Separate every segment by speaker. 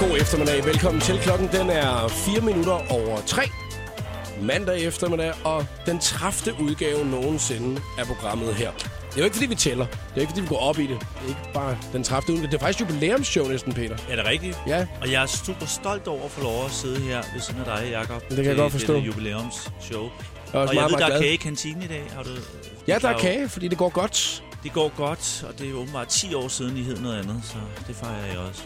Speaker 1: God eftermiddag. Velkommen til. Klokken den er 4 minutter over 3. Mandag eftermiddag, og den 30. udgave nogensinde af programmet her. Det er jo ikke, fordi vi tæller. Det er ikke, fordi vi går op i det. Det er ikke bare den 30. udgave. Det er faktisk jubilæumsshow næsten, Peter.
Speaker 2: Er det rigtigt?
Speaker 1: Ja.
Speaker 2: Og jeg er super stolt over at få lov at sidde her ved siden af dig, Jacob.
Speaker 1: Det kan jeg godt forstå.
Speaker 2: Det jubilæumsshow.
Speaker 1: er også
Speaker 2: og
Speaker 1: meget,
Speaker 2: jeg ved,
Speaker 1: meget
Speaker 2: der
Speaker 1: glad.
Speaker 2: er kage i kantinen i dag. Har du,
Speaker 1: Ja,
Speaker 2: det
Speaker 1: der er
Speaker 2: jo-
Speaker 1: kage, fordi det går godt.
Speaker 2: Det går godt, og det er åbenbart 10 år siden, I hed noget andet, så det fejrer jeg også.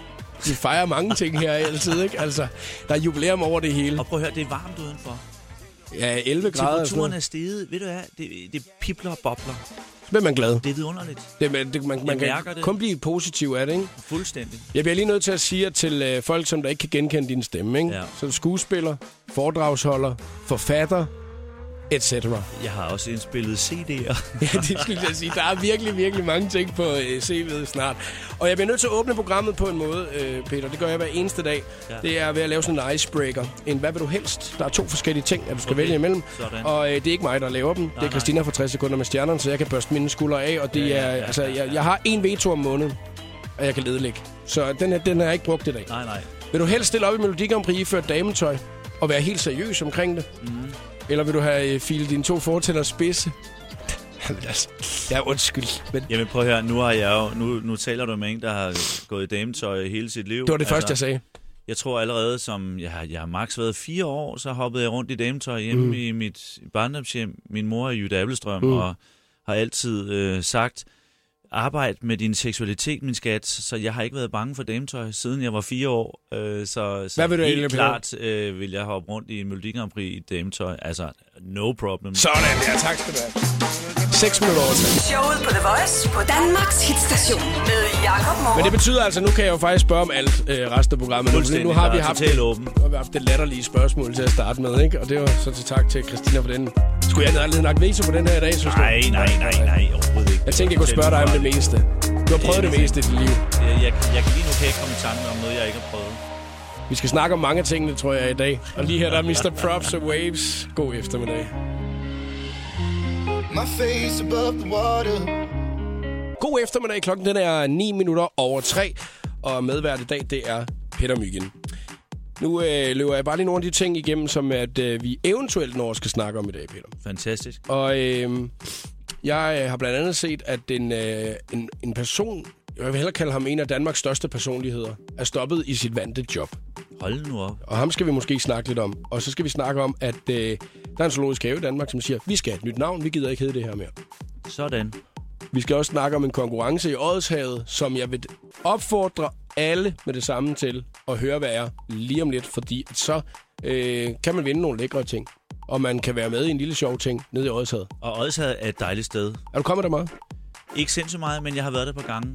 Speaker 1: Vi fejrer mange ting her altid, ikke? Altså, der er jubilæum over det hele.
Speaker 2: Og prøv at høre, det er varmt udenfor.
Speaker 1: Ja, 11 grader. og sådan
Speaker 2: Temperaturen
Speaker 1: noget.
Speaker 2: er steget. Ved du hvad? Det, det pipler og bobler.
Speaker 1: Så bliver man glad.
Speaker 2: Det er vidunderligt.
Speaker 1: Det, man, det, man, man
Speaker 2: Jeg
Speaker 1: kan
Speaker 2: mærker det.
Speaker 1: kun blive positiv af det, ikke?
Speaker 2: Fuldstændig.
Speaker 1: Jeg bliver lige nødt til at sige at til øh, folk, som der ikke kan genkende din stemme, ikke?
Speaker 2: Ja.
Speaker 1: Som skuespiller, foredragsholder, forfatter, etc.
Speaker 2: Jeg har også indspillet CD'er.
Speaker 1: Ja, det skulle jeg sige. Der er virkelig, virkelig mange ting på øh, CV'et snart. Og jeg bliver nødt til at åbne programmet på en måde, øh, Peter. Det gør jeg hver eneste dag. Ja.
Speaker 2: Ja.
Speaker 1: Det er ved at lave sådan en icebreaker. En hvad vil du helst? Der er to forskellige ting, at du skal okay.
Speaker 2: Okay,
Speaker 1: vælge imellem.
Speaker 2: sådan.
Speaker 1: Og øh, det er ikke mig, der laver dem. Nej, det er
Speaker 2: nej.
Speaker 1: Christina fra 60 sekunder med stjernerne, så jeg kan børste mine skuldre af. Og det ja, ja, ja, er, altså,
Speaker 2: ja, ja.
Speaker 1: Jeg, jeg har en veto om måneden, og jeg kan ledelægge. Så den her, den har jeg ikke brugt i dag.
Speaker 2: Nej, nej.
Speaker 1: Vil du helst stille op i Melodi Grand Prix før dametøj og være helt seriøs omkring det? Mm. Eller vil du have øh, filet dine to fortænder spidse? Jamen altså, jeg er undskyld, men
Speaker 2: Jamen prøv at høre, nu, har jeg jo, nu, nu taler du med en, der har gået i dametøj hele sit liv. Altså,
Speaker 1: det var det første, jeg sagde.
Speaker 2: Jeg tror allerede, som jeg har, jeg har max været fire år, så hoppede jeg rundt i dametøj hjemme mm. i mit barndomshjem. Min mor er Jytte Abelstrøm, mm. og har altid øh, sagt, arbejd med din seksualitet, min skat. Så jeg har ikke været bange for dametøj, siden jeg var fire år. Øh, så, så
Speaker 1: Hvad vil du egentlig
Speaker 2: helt
Speaker 1: blive?
Speaker 2: klart øh, vil jeg hoppe rundt i Melodi Grand Prix i dametøj. Altså, no problem.
Speaker 1: Sådan, ja, tak skal du have. 6 minutter over tre.
Speaker 3: Showet på The Voice på Danmarks hitstation med Jakob
Speaker 1: Men
Speaker 3: Morup.
Speaker 1: det betyder altså, nu kan jeg jo faktisk spørge om alt øh, resten af programmet. Nu, fordi nu har vi haft,
Speaker 2: Totalt åben.
Speaker 1: nu har vi haft det latterlige spørgsmål til at starte med, ikke? Og det var så til tak til Christina for den. Skulle jeg aldrig have lagt veto på den her i dag, synes du?
Speaker 2: Nej, nej, nej, nej, overhovedet ikke.
Speaker 1: Jeg tænkte, jeg kunne spørge dig om det meste. Du har prøvet det meste i dit liv.
Speaker 2: Jeg, jeg, jeg, lige nu kan jeg ikke komme i tanke om noget, jeg ikke har prøvet.
Speaker 1: Vi skal snakke om mange ting, det tror jeg, i dag. Og lige her, der er Mr. Props og Waves. God eftermiddag.
Speaker 4: My face above the water.
Speaker 1: God eftermiddag. Klokken den er 9 minutter over 3. Og medvært i dag, det er Peter Myggen. Nu øh, løber jeg bare lige nogle af de ting igennem, som at, øh, vi eventuelt når at skal snakke om i dag, Peter.
Speaker 2: Fantastisk.
Speaker 1: Og øh, jeg øh, har blandt andet set, at en, øh, en, en person, jeg vil hellere kalde ham en af Danmarks største personligheder, er stoppet i sit vante job.
Speaker 2: Hold nu op.
Speaker 1: Og ham skal vi måske snakke lidt om. Og så skal vi snakke om, at øh, der er en zoologisk have i Danmark, som siger, vi skal have et nyt navn, vi gider ikke hedde det her mere.
Speaker 2: Sådan.
Speaker 1: Vi skal også snakke om en konkurrence i Oddshavet, som jeg vil opfordre alle med det samme til at høre, hvad er lige om lidt, fordi at så øh, kan man vinde nogle lækre ting. Og man kan være med i en lille sjov ting nede i Oddshavet.
Speaker 2: Og Odshavet er et dejligt sted.
Speaker 1: Er du kommet der meget?
Speaker 2: Ikke sindssygt meget, men jeg har været der på gange.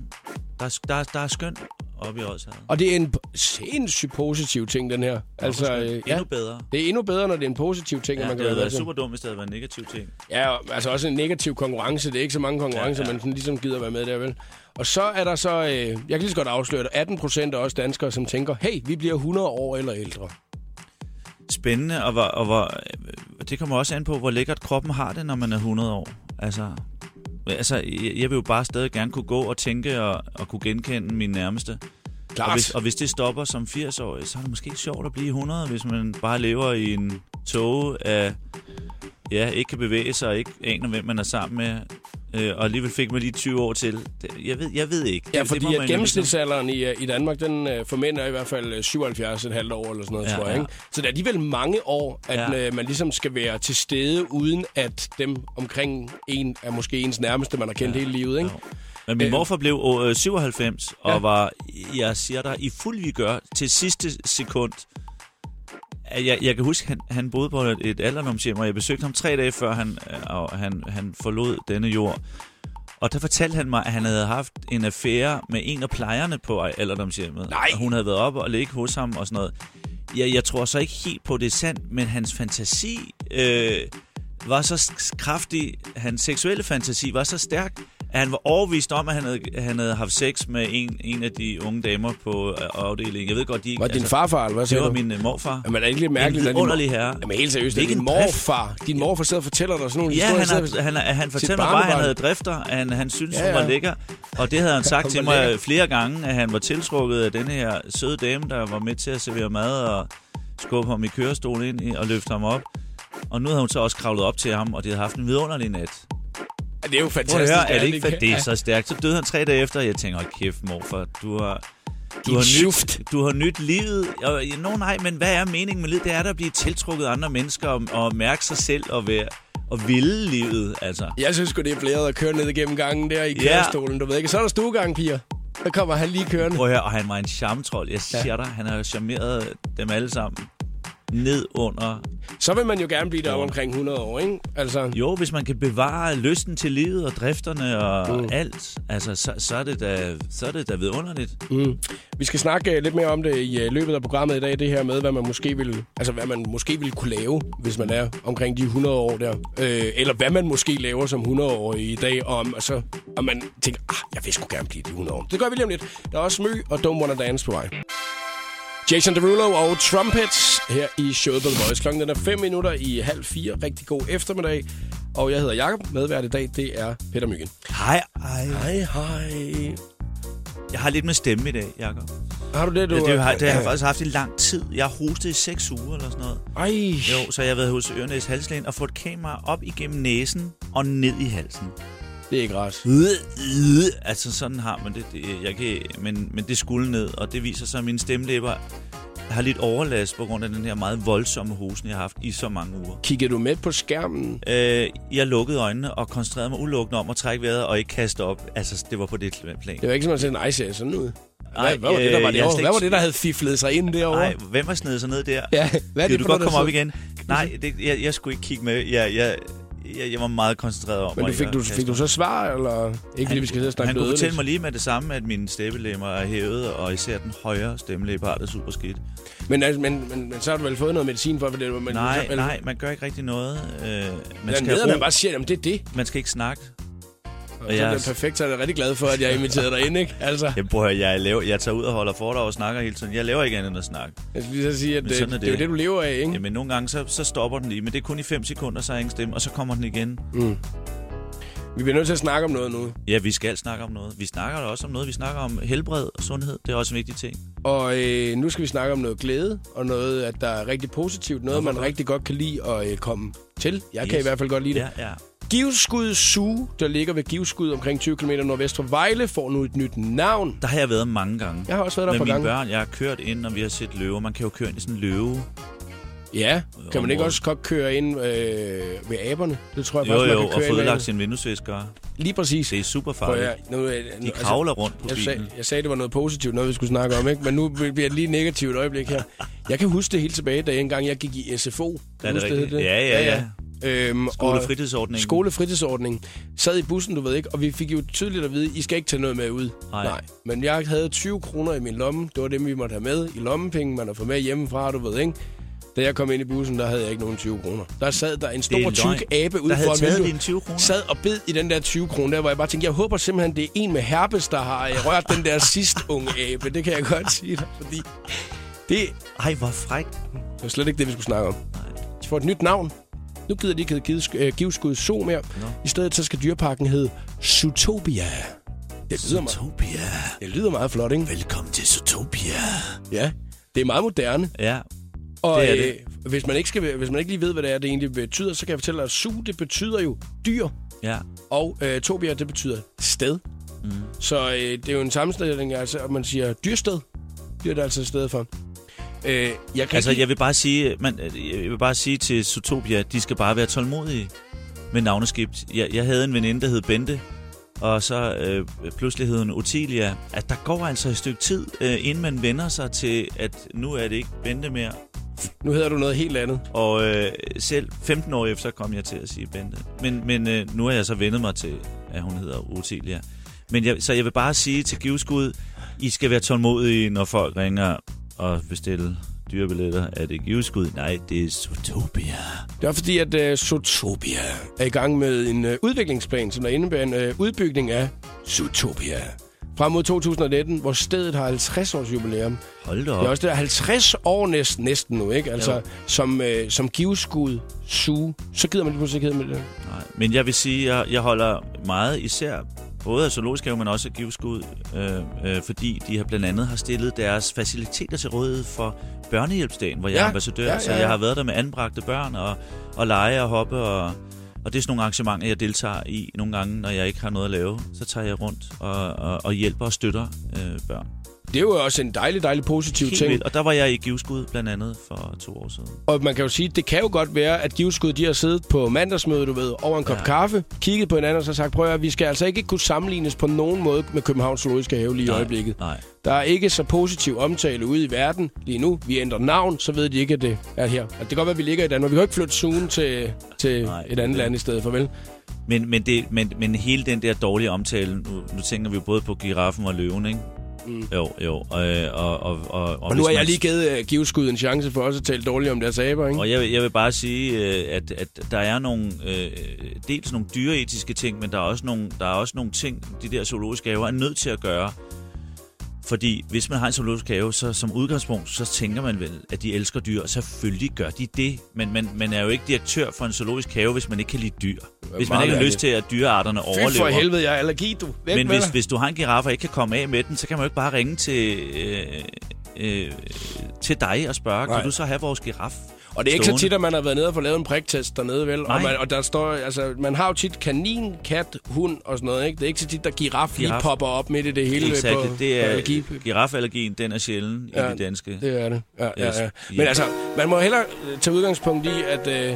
Speaker 2: Der er, der, er- der er skønt oppe i Odshavet.
Speaker 1: Og det er en p- sindssygt positiv ting, den her. Altså, øh, ja,
Speaker 2: Endnu bedre.
Speaker 1: det er endnu bedre, når det er en positiv ting,
Speaker 2: Ja,
Speaker 1: at man
Speaker 2: det
Speaker 1: kan være
Speaker 2: havde
Speaker 1: med
Speaker 2: været
Speaker 1: til.
Speaker 2: super dumt, hvis det havde været en negativ ting.
Speaker 1: Ja, og altså også en negativ konkurrence. Det er ikke så mange konkurrencer, ja,
Speaker 2: Ja,
Speaker 1: ja.
Speaker 2: ja.
Speaker 1: man sådan ligesom gider være med der, vel? Og så er der så, øh, jeg kan lige så godt afsløre det, 18 procent af os danskere, som tænker, hey, vi bliver 100 år eller ældre.
Speaker 2: Spændende, og, hvor, og hvor, øh, det kommer også an på, hvor lækkert kroppen har det, når man er 100 år. Altså, altså jeg jeg vil jo bare stadig gerne kunne gå og tænke og, og kunne genkende min nærmeste. Og hvis,
Speaker 1: Klart.
Speaker 2: og hvis det stopper som 80-årig, så er det måske ikke sjovt at blive 100, hvis man bare lever i en tog af... Ja, ikke kan bevæge sig, og ikke aner, hvem man er sammen med. Øh, og alligevel fik man lige 20 år til. Det- Jeg ved, jeg ved ikke.
Speaker 1: Ja,
Speaker 2: Det- det må
Speaker 1: fordi
Speaker 2: man
Speaker 1: at
Speaker 2: jo ligesom-
Speaker 1: gennemsnitsalderen i, øh, i Danmark, den øh, for mænd er i hvert fald øh, 77 et halvt år eller sådan noget, ja,
Speaker 2: Ja,
Speaker 1: tror jeg.
Speaker 2: ja.
Speaker 1: Ikke? Så det er alligevel mange år, at ja.
Speaker 2: Ja.
Speaker 1: øh, man ligesom skal være til stede, uden at dem omkring en er måske ens nærmeste, man har kendt ja. hele livet. Ikke?
Speaker 2: Jo. Men min morfar blev øh, 97, og
Speaker 1: Ja.
Speaker 2: var, jeg siger dig, i fuld vi gør til sidste sekund. At Jeg, jeg kan huske, han, han boede på et, et alderdomshjem, og jeg besøgte ham tre dage før han, øh, og han, han forlod denne jord. Og der fortalte han mig, at han havde haft en affære med en af plejerne på alderdomshjemmet.
Speaker 1: Nej.
Speaker 2: Og hun havde været oppe og ligge hos ham og sådan noget. Jeg, jeg tror så ikke helt på, det er sandt, men hans fantasi øh, var så s- kraftig, hans seksuelle fantasi var så stærk, at han var overvist om, at han havde, han havde haft sex med en, en af de unge damer på øh, afdelingen. Jeg ved godt, de ikke...
Speaker 1: Var det din farfar, eller hvad
Speaker 2: Altså, Det
Speaker 1: sagde
Speaker 2: var
Speaker 1: du?
Speaker 2: min øh, morfar.
Speaker 1: Jamen, altså, er det ikke lidt mærkeligt,
Speaker 2: En vidunderlig herre.
Speaker 1: Jamen, helt seriøst, det er din
Speaker 2: Hvilken
Speaker 1: morfar. Din morfar sidder og fortæller dig sådan nogle
Speaker 2: Ja,
Speaker 1: historier.
Speaker 2: han,
Speaker 1: sidder-
Speaker 2: har, han, har- han
Speaker 1: sit
Speaker 2: fortæller mig bare, at han
Speaker 1: barnebarn.
Speaker 2: havde drifter, at han, han syntes,
Speaker 1: Ja,
Speaker 2: ja, ja. hun
Speaker 1: ja.
Speaker 2: var lækker. Og det havde han sagt
Speaker 1: Hvor
Speaker 2: til mig
Speaker 1: lækkert.
Speaker 2: flere gange, at han var tiltrukket af denne her søde dame, der var med til at servere mad og skubbe ham i kørestolen ind i- og løfte ham op. Og nu havde hun så også kravlet op til ham, og de havde haft en vidunderlig nat.
Speaker 1: Ja, det er jo
Speaker 2: Prøv at
Speaker 1: fantastisk.
Speaker 2: høre, er det ikke for
Speaker 1: kan-
Speaker 2: det er så stærkt? Så døde han tre dage efter, og jeg tænker, hold kæft morfar, du har... Du
Speaker 1: Din
Speaker 2: har,
Speaker 1: schuft.
Speaker 2: nyt, du har nyt livet. Og, no, nej, men hvad er meningen med livet? Det er da at blive tiltrukket af andre mennesker og, og mærke sig selv og, være, og ville livet, altså.
Speaker 1: Jeg synes sgu, det er blæret at køre ned igennem gangen der i
Speaker 2: Ja.
Speaker 1: kørestolen, du ved ikke. Så er der stuegang, piger. Der kommer han lige kørende.
Speaker 2: Prøv at høre, og han var en charmetrol. Jeg siger dig, han har charmeret dem alle sammen ned under.
Speaker 1: Så vil man jo gerne blive deroppe omkring 100 år, ikke? Altså,
Speaker 2: Jo, hvis man kan bevare lysten til livet og drifterne og mm. alt, altså, så, så, er det da, så er det da vidunderligt. Mm.
Speaker 1: Vi skal snakke øh, lidt mere om det i øh, løbet af programmet i dag, det her med, hvad man måske vil, altså hvad man måske vil kunne lave, hvis man er omkring de 100 år der. Øh, eller hvad man måske laver som 100 år i dag, og, om, og, så, og man tænker, ah, jeg vil sgu gerne blive de 100 år. Det gør vi lige om lidt. Der er også Mø og Don't Wanna Dance på vej. Jason Derulo og Trumpets her i showet på The Voice. Klokken den er 5 minutter i halv fire. Rigtig god eftermiddag. Og jeg hedder Jakob. Medvært i dag, det er Peter Myggen.
Speaker 2: Hej, hej.
Speaker 1: Hej, hej.
Speaker 2: Jeg har lidt med stemme i dag, Jacob.
Speaker 1: Har du det, du...
Speaker 2: Det, det, har, det har jeg faktisk haft i lang tid. Jeg har hostet i seks uger eller sådan noget.
Speaker 1: Ej.
Speaker 2: Jo, så jeg har været hos Ørenæs Halslægen og fået et kamera op igennem næsen og ned i halsen.
Speaker 1: Det er ikke rart.
Speaker 2: Øh, øh, altså sådan har man det. det jeg kan, men, men det skulle ned, og det viser sig, at mine stemlæber har lidt overlast på grund af den her meget voldsomme hosen, jeg har haft i så mange uger.
Speaker 1: Kiggede du med på skærmen?
Speaker 2: Øh, jeg lukkede øjnene og koncentrerede mig udelukkende om at trække vejret og ikke kaste op. Altså, det var på det plan.
Speaker 1: Det var ikke sådan, at sådan, nej, ser sådan ud.
Speaker 2: Ej,
Speaker 1: hvad, hvad, var det, der var
Speaker 2: øh, jeg har
Speaker 1: derovre?
Speaker 2: slet
Speaker 1: hvad var
Speaker 2: ikke-
Speaker 1: det, der havde fiflet sig ind derovre?
Speaker 2: Nej, hvem har snedet sig ned der?
Speaker 1: Ja, hvad er det
Speaker 2: Gider du
Speaker 1: for noget,
Speaker 2: godt
Speaker 1: der
Speaker 2: komme op
Speaker 1: sidder-
Speaker 2: igen? Nej, det, jeg, jeg skulle ikke kigge med. Jeg, jeg, jeg, jeg var meget koncentreret om
Speaker 1: Men du
Speaker 2: at
Speaker 1: fik,
Speaker 2: ikke
Speaker 1: du,
Speaker 2: at kaste
Speaker 1: fik du
Speaker 2: op.
Speaker 1: så svar, eller? Ikke fordi vi skal sidde og snakke
Speaker 2: han kunne
Speaker 1: dødeligt.
Speaker 2: fortælle mig lige med det samme, at mine steppelemmer er hævet, og især den højre stemmelæbart er super skidt.
Speaker 1: Men, altså, men, men, men, så har du vel fået noget medicin for, for det, men,
Speaker 2: Nej,
Speaker 1: så,
Speaker 2: nej, man gør ikke rigtig noget. Øh, man,
Speaker 1: Man
Speaker 2: skal
Speaker 1: skal man
Speaker 2: ro,
Speaker 1: bare siger, jamen det er det.
Speaker 2: man skal ikke snakke.
Speaker 1: Og så
Speaker 2: jeg-
Speaker 1: er det perfekt, så er jeg rigtig glad for, at jeg inviterede dig ind, ikke? Altså,
Speaker 2: Jeg, prøver, jeg, laver, jeg tager ud og holder foredrag og snakker hele tiden. Jeg laver ikke andet end at snakke.
Speaker 1: jeg skal lige så sige, at det,
Speaker 2: sådan er
Speaker 1: det, er jo
Speaker 2: det.
Speaker 1: det, du lever af, ikke?
Speaker 2: Jamen, nogle gange, så, så stopper den lige, men det er kun i 5 sekunder, så er ingen stemme, og så kommer den igen.
Speaker 1: Vi bliver nødt til at snakke om noget nu.
Speaker 2: Ja, vi skal snakke om noget. Vi snakker da også om noget. Vi snakker om helbred og sundhed. Det er også en vigtig ting.
Speaker 1: Og øh, nu skal vi snakke om noget glæde, og noget, at der er rigtig positivt. Noget, man rigtig godt kan lide at øh, komme til. Jeg kan
Speaker 2: Yes.
Speaker 1: i hvert fald godt lide det.
Speaker 2: Ja, ja.
Speaker 1: Givskud Zoo, der ligger ved Givskud omkring 20 km nordvest for Vejle, får nu et nyt navn.
Speaker 2: Der har jeg været mange gange.
Speaker 1: Jeg har også været der
Speaker 2: med
Speaker 1: et par
Speaker 2: mine
Speaker 1: gange.
Speaker 2: børn. Jeg har kørt ind, og vi har set løver. Man kan jo køre ind i sådan en løve.
Speaker 1: Ja, kan man ikke
Speaker 2: Området.
Speaker 1: også godt køre ind øh, ved aberne? Det tror jeg
Speaker 2: Jo,
Speaker 1: faktisk,
Speaker 2: jo,
Speaker 1: man kan
Speaker 2: og få
Speaker 1: køre ind
Speaker 2: ødelagt
Speaker 1: ad.
Speaker 2: sin vinduesviskere.
Speaker 1: Lige præcis.
Speaker 2: Det er super
Speaker 1: Prøv at
Speaker 2: farligt.
Speaker 1: høre, nu, øh, nu,
Speaker 2: De kravler rundt på
Speaker 1: jeg,
Speaker 2: bilen.
Speaker 1: sag, jeg sagde, det var noget positivt, noget vi skulle snakke om, ikke? men nu bliver det lige et negativt øjeblik her. Jeg kan huske det helt tilbage, da jeg engang jeg gik i SFO. Kan
Speaker 2: Er
Speaker 1: du
Speaker 2: det
Speaker 1: huske, hed
Speaker 2: rigtigt? Ja, ja, ja.
Speaker 1: Øhm, og-
Speaker 2: Skolefritidsordningen.
Speaker 1: skolefritidsordningen. Sad i bussen, du ved ikke, og vi fik jo tydeligt at vide, I skal ikke tage noget med ud.
Speaker 2: Nej.
Speaker 1: Men jeg havde 20 kroner i min lomme. Det var dem, vi måtte have med i lommepenge, man har fået med hjemmefra, du ved ikke. Da jeg kom ind i bussen, der havde jeg ikke nogen 20 kroner. Der sad der en
Speaker 2: Det
Speaker 1: stor,
Speaker 2: er løgn.
Speaker 1: tyk abe ude
Speaker 2: Der havde
Speaker 1: foran
Speaker 2: taget
Speaker 1: vinduet,
Speaker 2: dine 20 kroner?
Speaker 1: Sad og bed i den der 20 kroner, der, hvor jeg bare tænkte, jeg håber simpelthen, det er en med herpes, der har øh, rørt den der sidst unge abe. Det kan jeg godt sige dig, fordi det
Speaker 2: Ej, hvor frækt.
Speaker 1: det var slet ikke det, vi skulle snakke om. De får et nyt navn. Nu gider de ikke hedde Gives- øh, Givskud Zoo mere. I stedet så skal dyreparken hedde Zootopia. Det lyder, meget,
Speaker 2: Zootopia.
Speaker 1: det lyder meget flot, ikke?
Speaker 2: Velkommen til Zootopia.
Speaker 1: Ja, det er meget moderne.
Speaker 2: Ja,
Speaker 1: Og
Speaker 2: Det er det.
Speaker 1: Øh, hvis, man ikke skal, hvis man ikke lige ved, hvad det er, det egentlig betyder, så kan jeg fortælle dig, at zoo, det betyder jo dyr.
Speaker 2: ja.
Speaker 1: Og øh, topia, det betyder sted. Mm. Så øh, det er jo en sammenstilling, altså, at man siger dyrsted. Det er der altså et sted for. Øh, jeg kan ikke
Speaker 2: Altså,
Speaker 1: lide-
Speaker 2: jeg vil bare sige, man, jeg vil bare sige til Zootopia, at de skal bare være tålmodige med navneskift. Jeg, jeg havde en veninde, der hed Bente, og så øh, pludselig hed hun Otilia. At der går altså et stykke tid, øh, inden man vender sig til, at nu er det ikke Bente mere.
Speaker 1: Nu hedder du noget helt andet.
Speaker 2: Og øh, selv 15 år efter kom jeg til at sige Bente. Men, men øh, nu har jeg så vendet mig til, at hun hedder Otilia. Men jeg, så jeg vil bare sige til Giveskud, I skal være tålmodige, når folk ringer og bestiller dyrebilletter. Er det Giveskud? Nej, det er Zootopia.
Speaker 1: Det er fordi, at uh, Zootopia er i gang med en uh, udviklingsplan, som der indebærer en uh, udbygning af Zootopia. Frem mod 2019, hvor stedet har 50 års jubilæum.
Speaker 2: Hold da
Speaker 1: Det er
Speaker 2: op.
Speaker 1: også det der 50 år næsten, næsten nu, ikke? Altså,
Speaker 2: Jo.
Speaker 1: som, uh, som giveskud, suge. Så gider man lige pludselig ikke hedde med det.
Speaker 2: Nej. Men jeg vil sige, at jeg, jeg holder meget især både af Zoologisk Have, men også af Giveskud, øh, øh, fordi de har blandt andet har stillet deres faciliteter til rådighed for børnehjælpsdagen, hvor jeg
Speaker 1: Ja,
Speaker 2: er ambassadør,
Speaker 1: ja, ja,
Speaker 2: så
Speaker 1: ja.
Speaker 2: jeg har været der med anbragte børn og, og lege og hoppe og... Og det er sådan nogle arrangementer, jeg deltager i nogle gange, når jeg ikke har noget at lave. Så tager jeg rundt og, og, og hjælper og støtter øh, børn.
Speaker 1: Det er jo også en dejlig, dejlig positiv
Speaker 2: Helt
Speaker 1: ting.
Speaker 2: vildt. Og der var jeg i Giveskud blandt andet for to år siden.
Speaker 1: Og man kan jo sige, det kan jo godt være, at giveskud, de har siddet på mandagsmøde, du ved, over en kop ja. kaffe, kigget på hinanden og så sagt, prøv at høre, vi skal altså ikke kunne sammenlignes på nogen måde med Københavns Zoologiske Have lige i
Speaker 2: Nej,
Speaker 1: øjeblikket.
Speaker 2: Nej.
Speaker 1: Der er ikke så positiv omtale ude i verden lige nu. Vi ændrer navn, så ved de ikke, at det er her. Og det kan godt være, at vi ligger i Danmark. Vi kan jo ikke flytte zooen til, til
Speaker 2: Nej,
Speaker 1: et andet
Speaker 2: det-
Speaker 1: land i stedet for, vel?
Speaker 2: Men, men, det, men, men hele den der dårlige omtale, nu, nu tænker vi jo både på giraffen og løven, ikke? Mm. Jo, jo. Og, og, og, og,
Speaker 1: Og nu
Speaker 2: hvis
Speaker 1: har jeg
Speaker 2: man-
Speaker 1: lige givet uh, giveskud en chance for også at tale dårligt om deres aber, ikke?
Speaker 2: Og jeg, vil- jeg vil bare sige, øh, at, at der er nogle, øh, dels nogle dyreetiske ting, men der er, også nogle, der er også nogle ting, de der zoologiske haver er nødt til at gøre. Fordi hvis man har en zoologisk have, så som udgangspunkt, så tænker man vel, at de elsker dyr, og selvfølgelig gør de det. Men man, man er jo ikke direktør for en zoologisk have, hvis man ikke kan lide dyr. Hvis man
Speaker 1: meget
Speaker 2: ikke har
Speaker 1: ærligt.
Speaker 2: lyst til, at dyrearterne overlever.
Speaker 1: Fy for helvede, jeg er allergi, du. Væk
Speaker 2: Men
Speaker 1: med
Speaker 2: hvis,
Speaker 1: dig.
Speaker 2: hvis du har en giraf og ikke kan komme af med den, så kan man jo ikke bare ringe til, øh, øh, til dig og spørge,
Speaker 1: Nej.
Speaker 2: kan du så have vores giraf?
Speaker 1: Og det er ikke så
Speaker 2: stående?
Speaker 1: tit, at man har været nede og fået lavet en priktest dernede, vel? Og,
Speaker 2: Nej.
Speaker 1: man, og der står, altså, man har jo tit kanin, kat, hund og sådan noget, ikke? Det er ikke så tit, der giraf, giraf. lige
Speaker 2: Giraf.
Speaker 1: popper op midt i det hele øh,
Speaker 2: Exakt.
Speaker 1: på,
Speaker 2: det
Speaker 1: på
Speaker 2: er
Speaker 1: allergi.
Speaker 2: girafallergien, den er sjælden ja, i det danske. Det.
Speaker 1: Det er det. Ja, ja,
Speaker 2: Yes.
Speaker 1: ja. Men
Speaker 2: Ja.
Speaker 1: altså, man må hellere øh, tage udgangspunkt i, at, øh,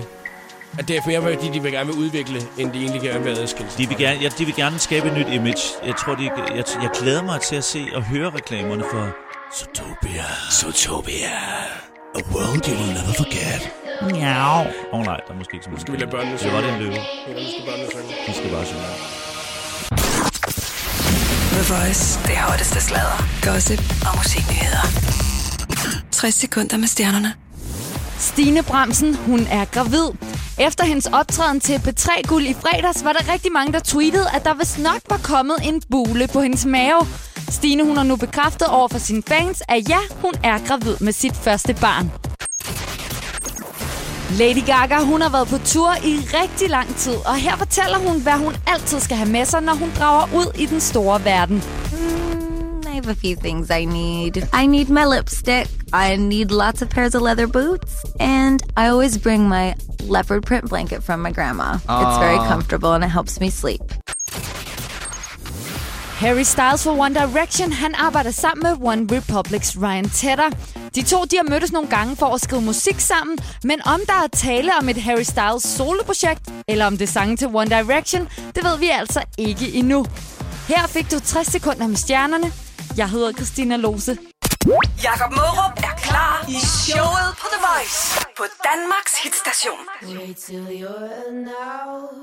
Speaker 1: at det er mere fordi, de vil gerne vil udvikle, end de egentlig gerne vil adskille sig.
Speaker 2: De vil,
Speaker 1: fra.
Speaker 2: gerne, ja, de vil gerne skabe et nyt image. Jeg tror, de, jeg, jeg glæder mig til at se og høre reklamerne for Zootopia. Zootopia. A world you will never forget. Miau. Åh oh, nej, der er måske ikke så meget.
Speaker 1: Skal vi lade børnene
Speaker 2: Det var det
Speaker 1: synge?
Speaker 2: en løve.
Speaker 1: Eller vi skal bare ned sådan.
Speaker 2: De skal bare synge.
Speaker 3: The Voice. Det hotteste sladder, gossip og musiknyheder. 60 sekunder med stjernerne.
Speaker 5: Stine Bremsen, hun er gravid. Efter hendes optræden til P3 Guld i fredags, var der rigtig mange, der tweetede, at der vist nok var kommet en bule på hendes mave. Stine, hun har nu bekræftet over for sine fans, at ja, hun er gravid med sit første barn. Lady Gaga, hun har været på tur i rigtig lang tid, og her fortæller hun, hvad hun altid skal have med sig, når hun drager ud i den store verden.
Speaker 6: I have a few things I need. I need my lipstick. I need lots of pairs of leather boots. And I always bring my leopard print blanket from my grandma. It's very comfortable and it helps me sleep.
Speaker 5: Harry Styles fra One Direction, han arbejder sammen med One Republic's Ryan Tedder. De to de har mødtes nogle gange for at skrive musik sammen, men om der er tale om et Harry Styles soloprojekt, eller om det er sange til One Direction, det ved vi altså ikke endnu. Her fik du 60 sekunder med stjernerne. Jeg hedder Christina Lose.
Speaker 3: Jakob Mørup er klar i showet på The Voice på Danmarks hitstation.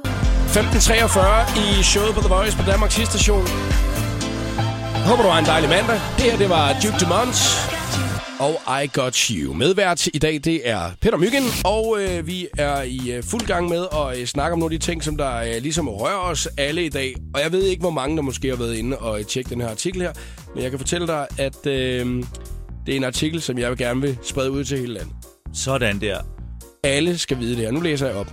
Speaker 1: 15.43 i showet på The Voice på Danmarks station. Håber du har en dejlig mandag. Det her, det var Duke Dumont og I Got You. Medvært i dag, det er Peter Myggen, og øh, vi er i øh, fuld gang med at øh, snakke om nogle af de ting, som der øh, ligesom rører os alle i dag. Og jeg ved ikke, hvor mange, der måske har været inde og øh, tjekke den her artikel her, men jeg kan fortælle dig, at øh, det er en artikel, som jeg gerne vil sprede ud til hele landet.
Speaker 2: Sådan der.
Speaker 1: Alle skal vide det her. Nu læser jeg op.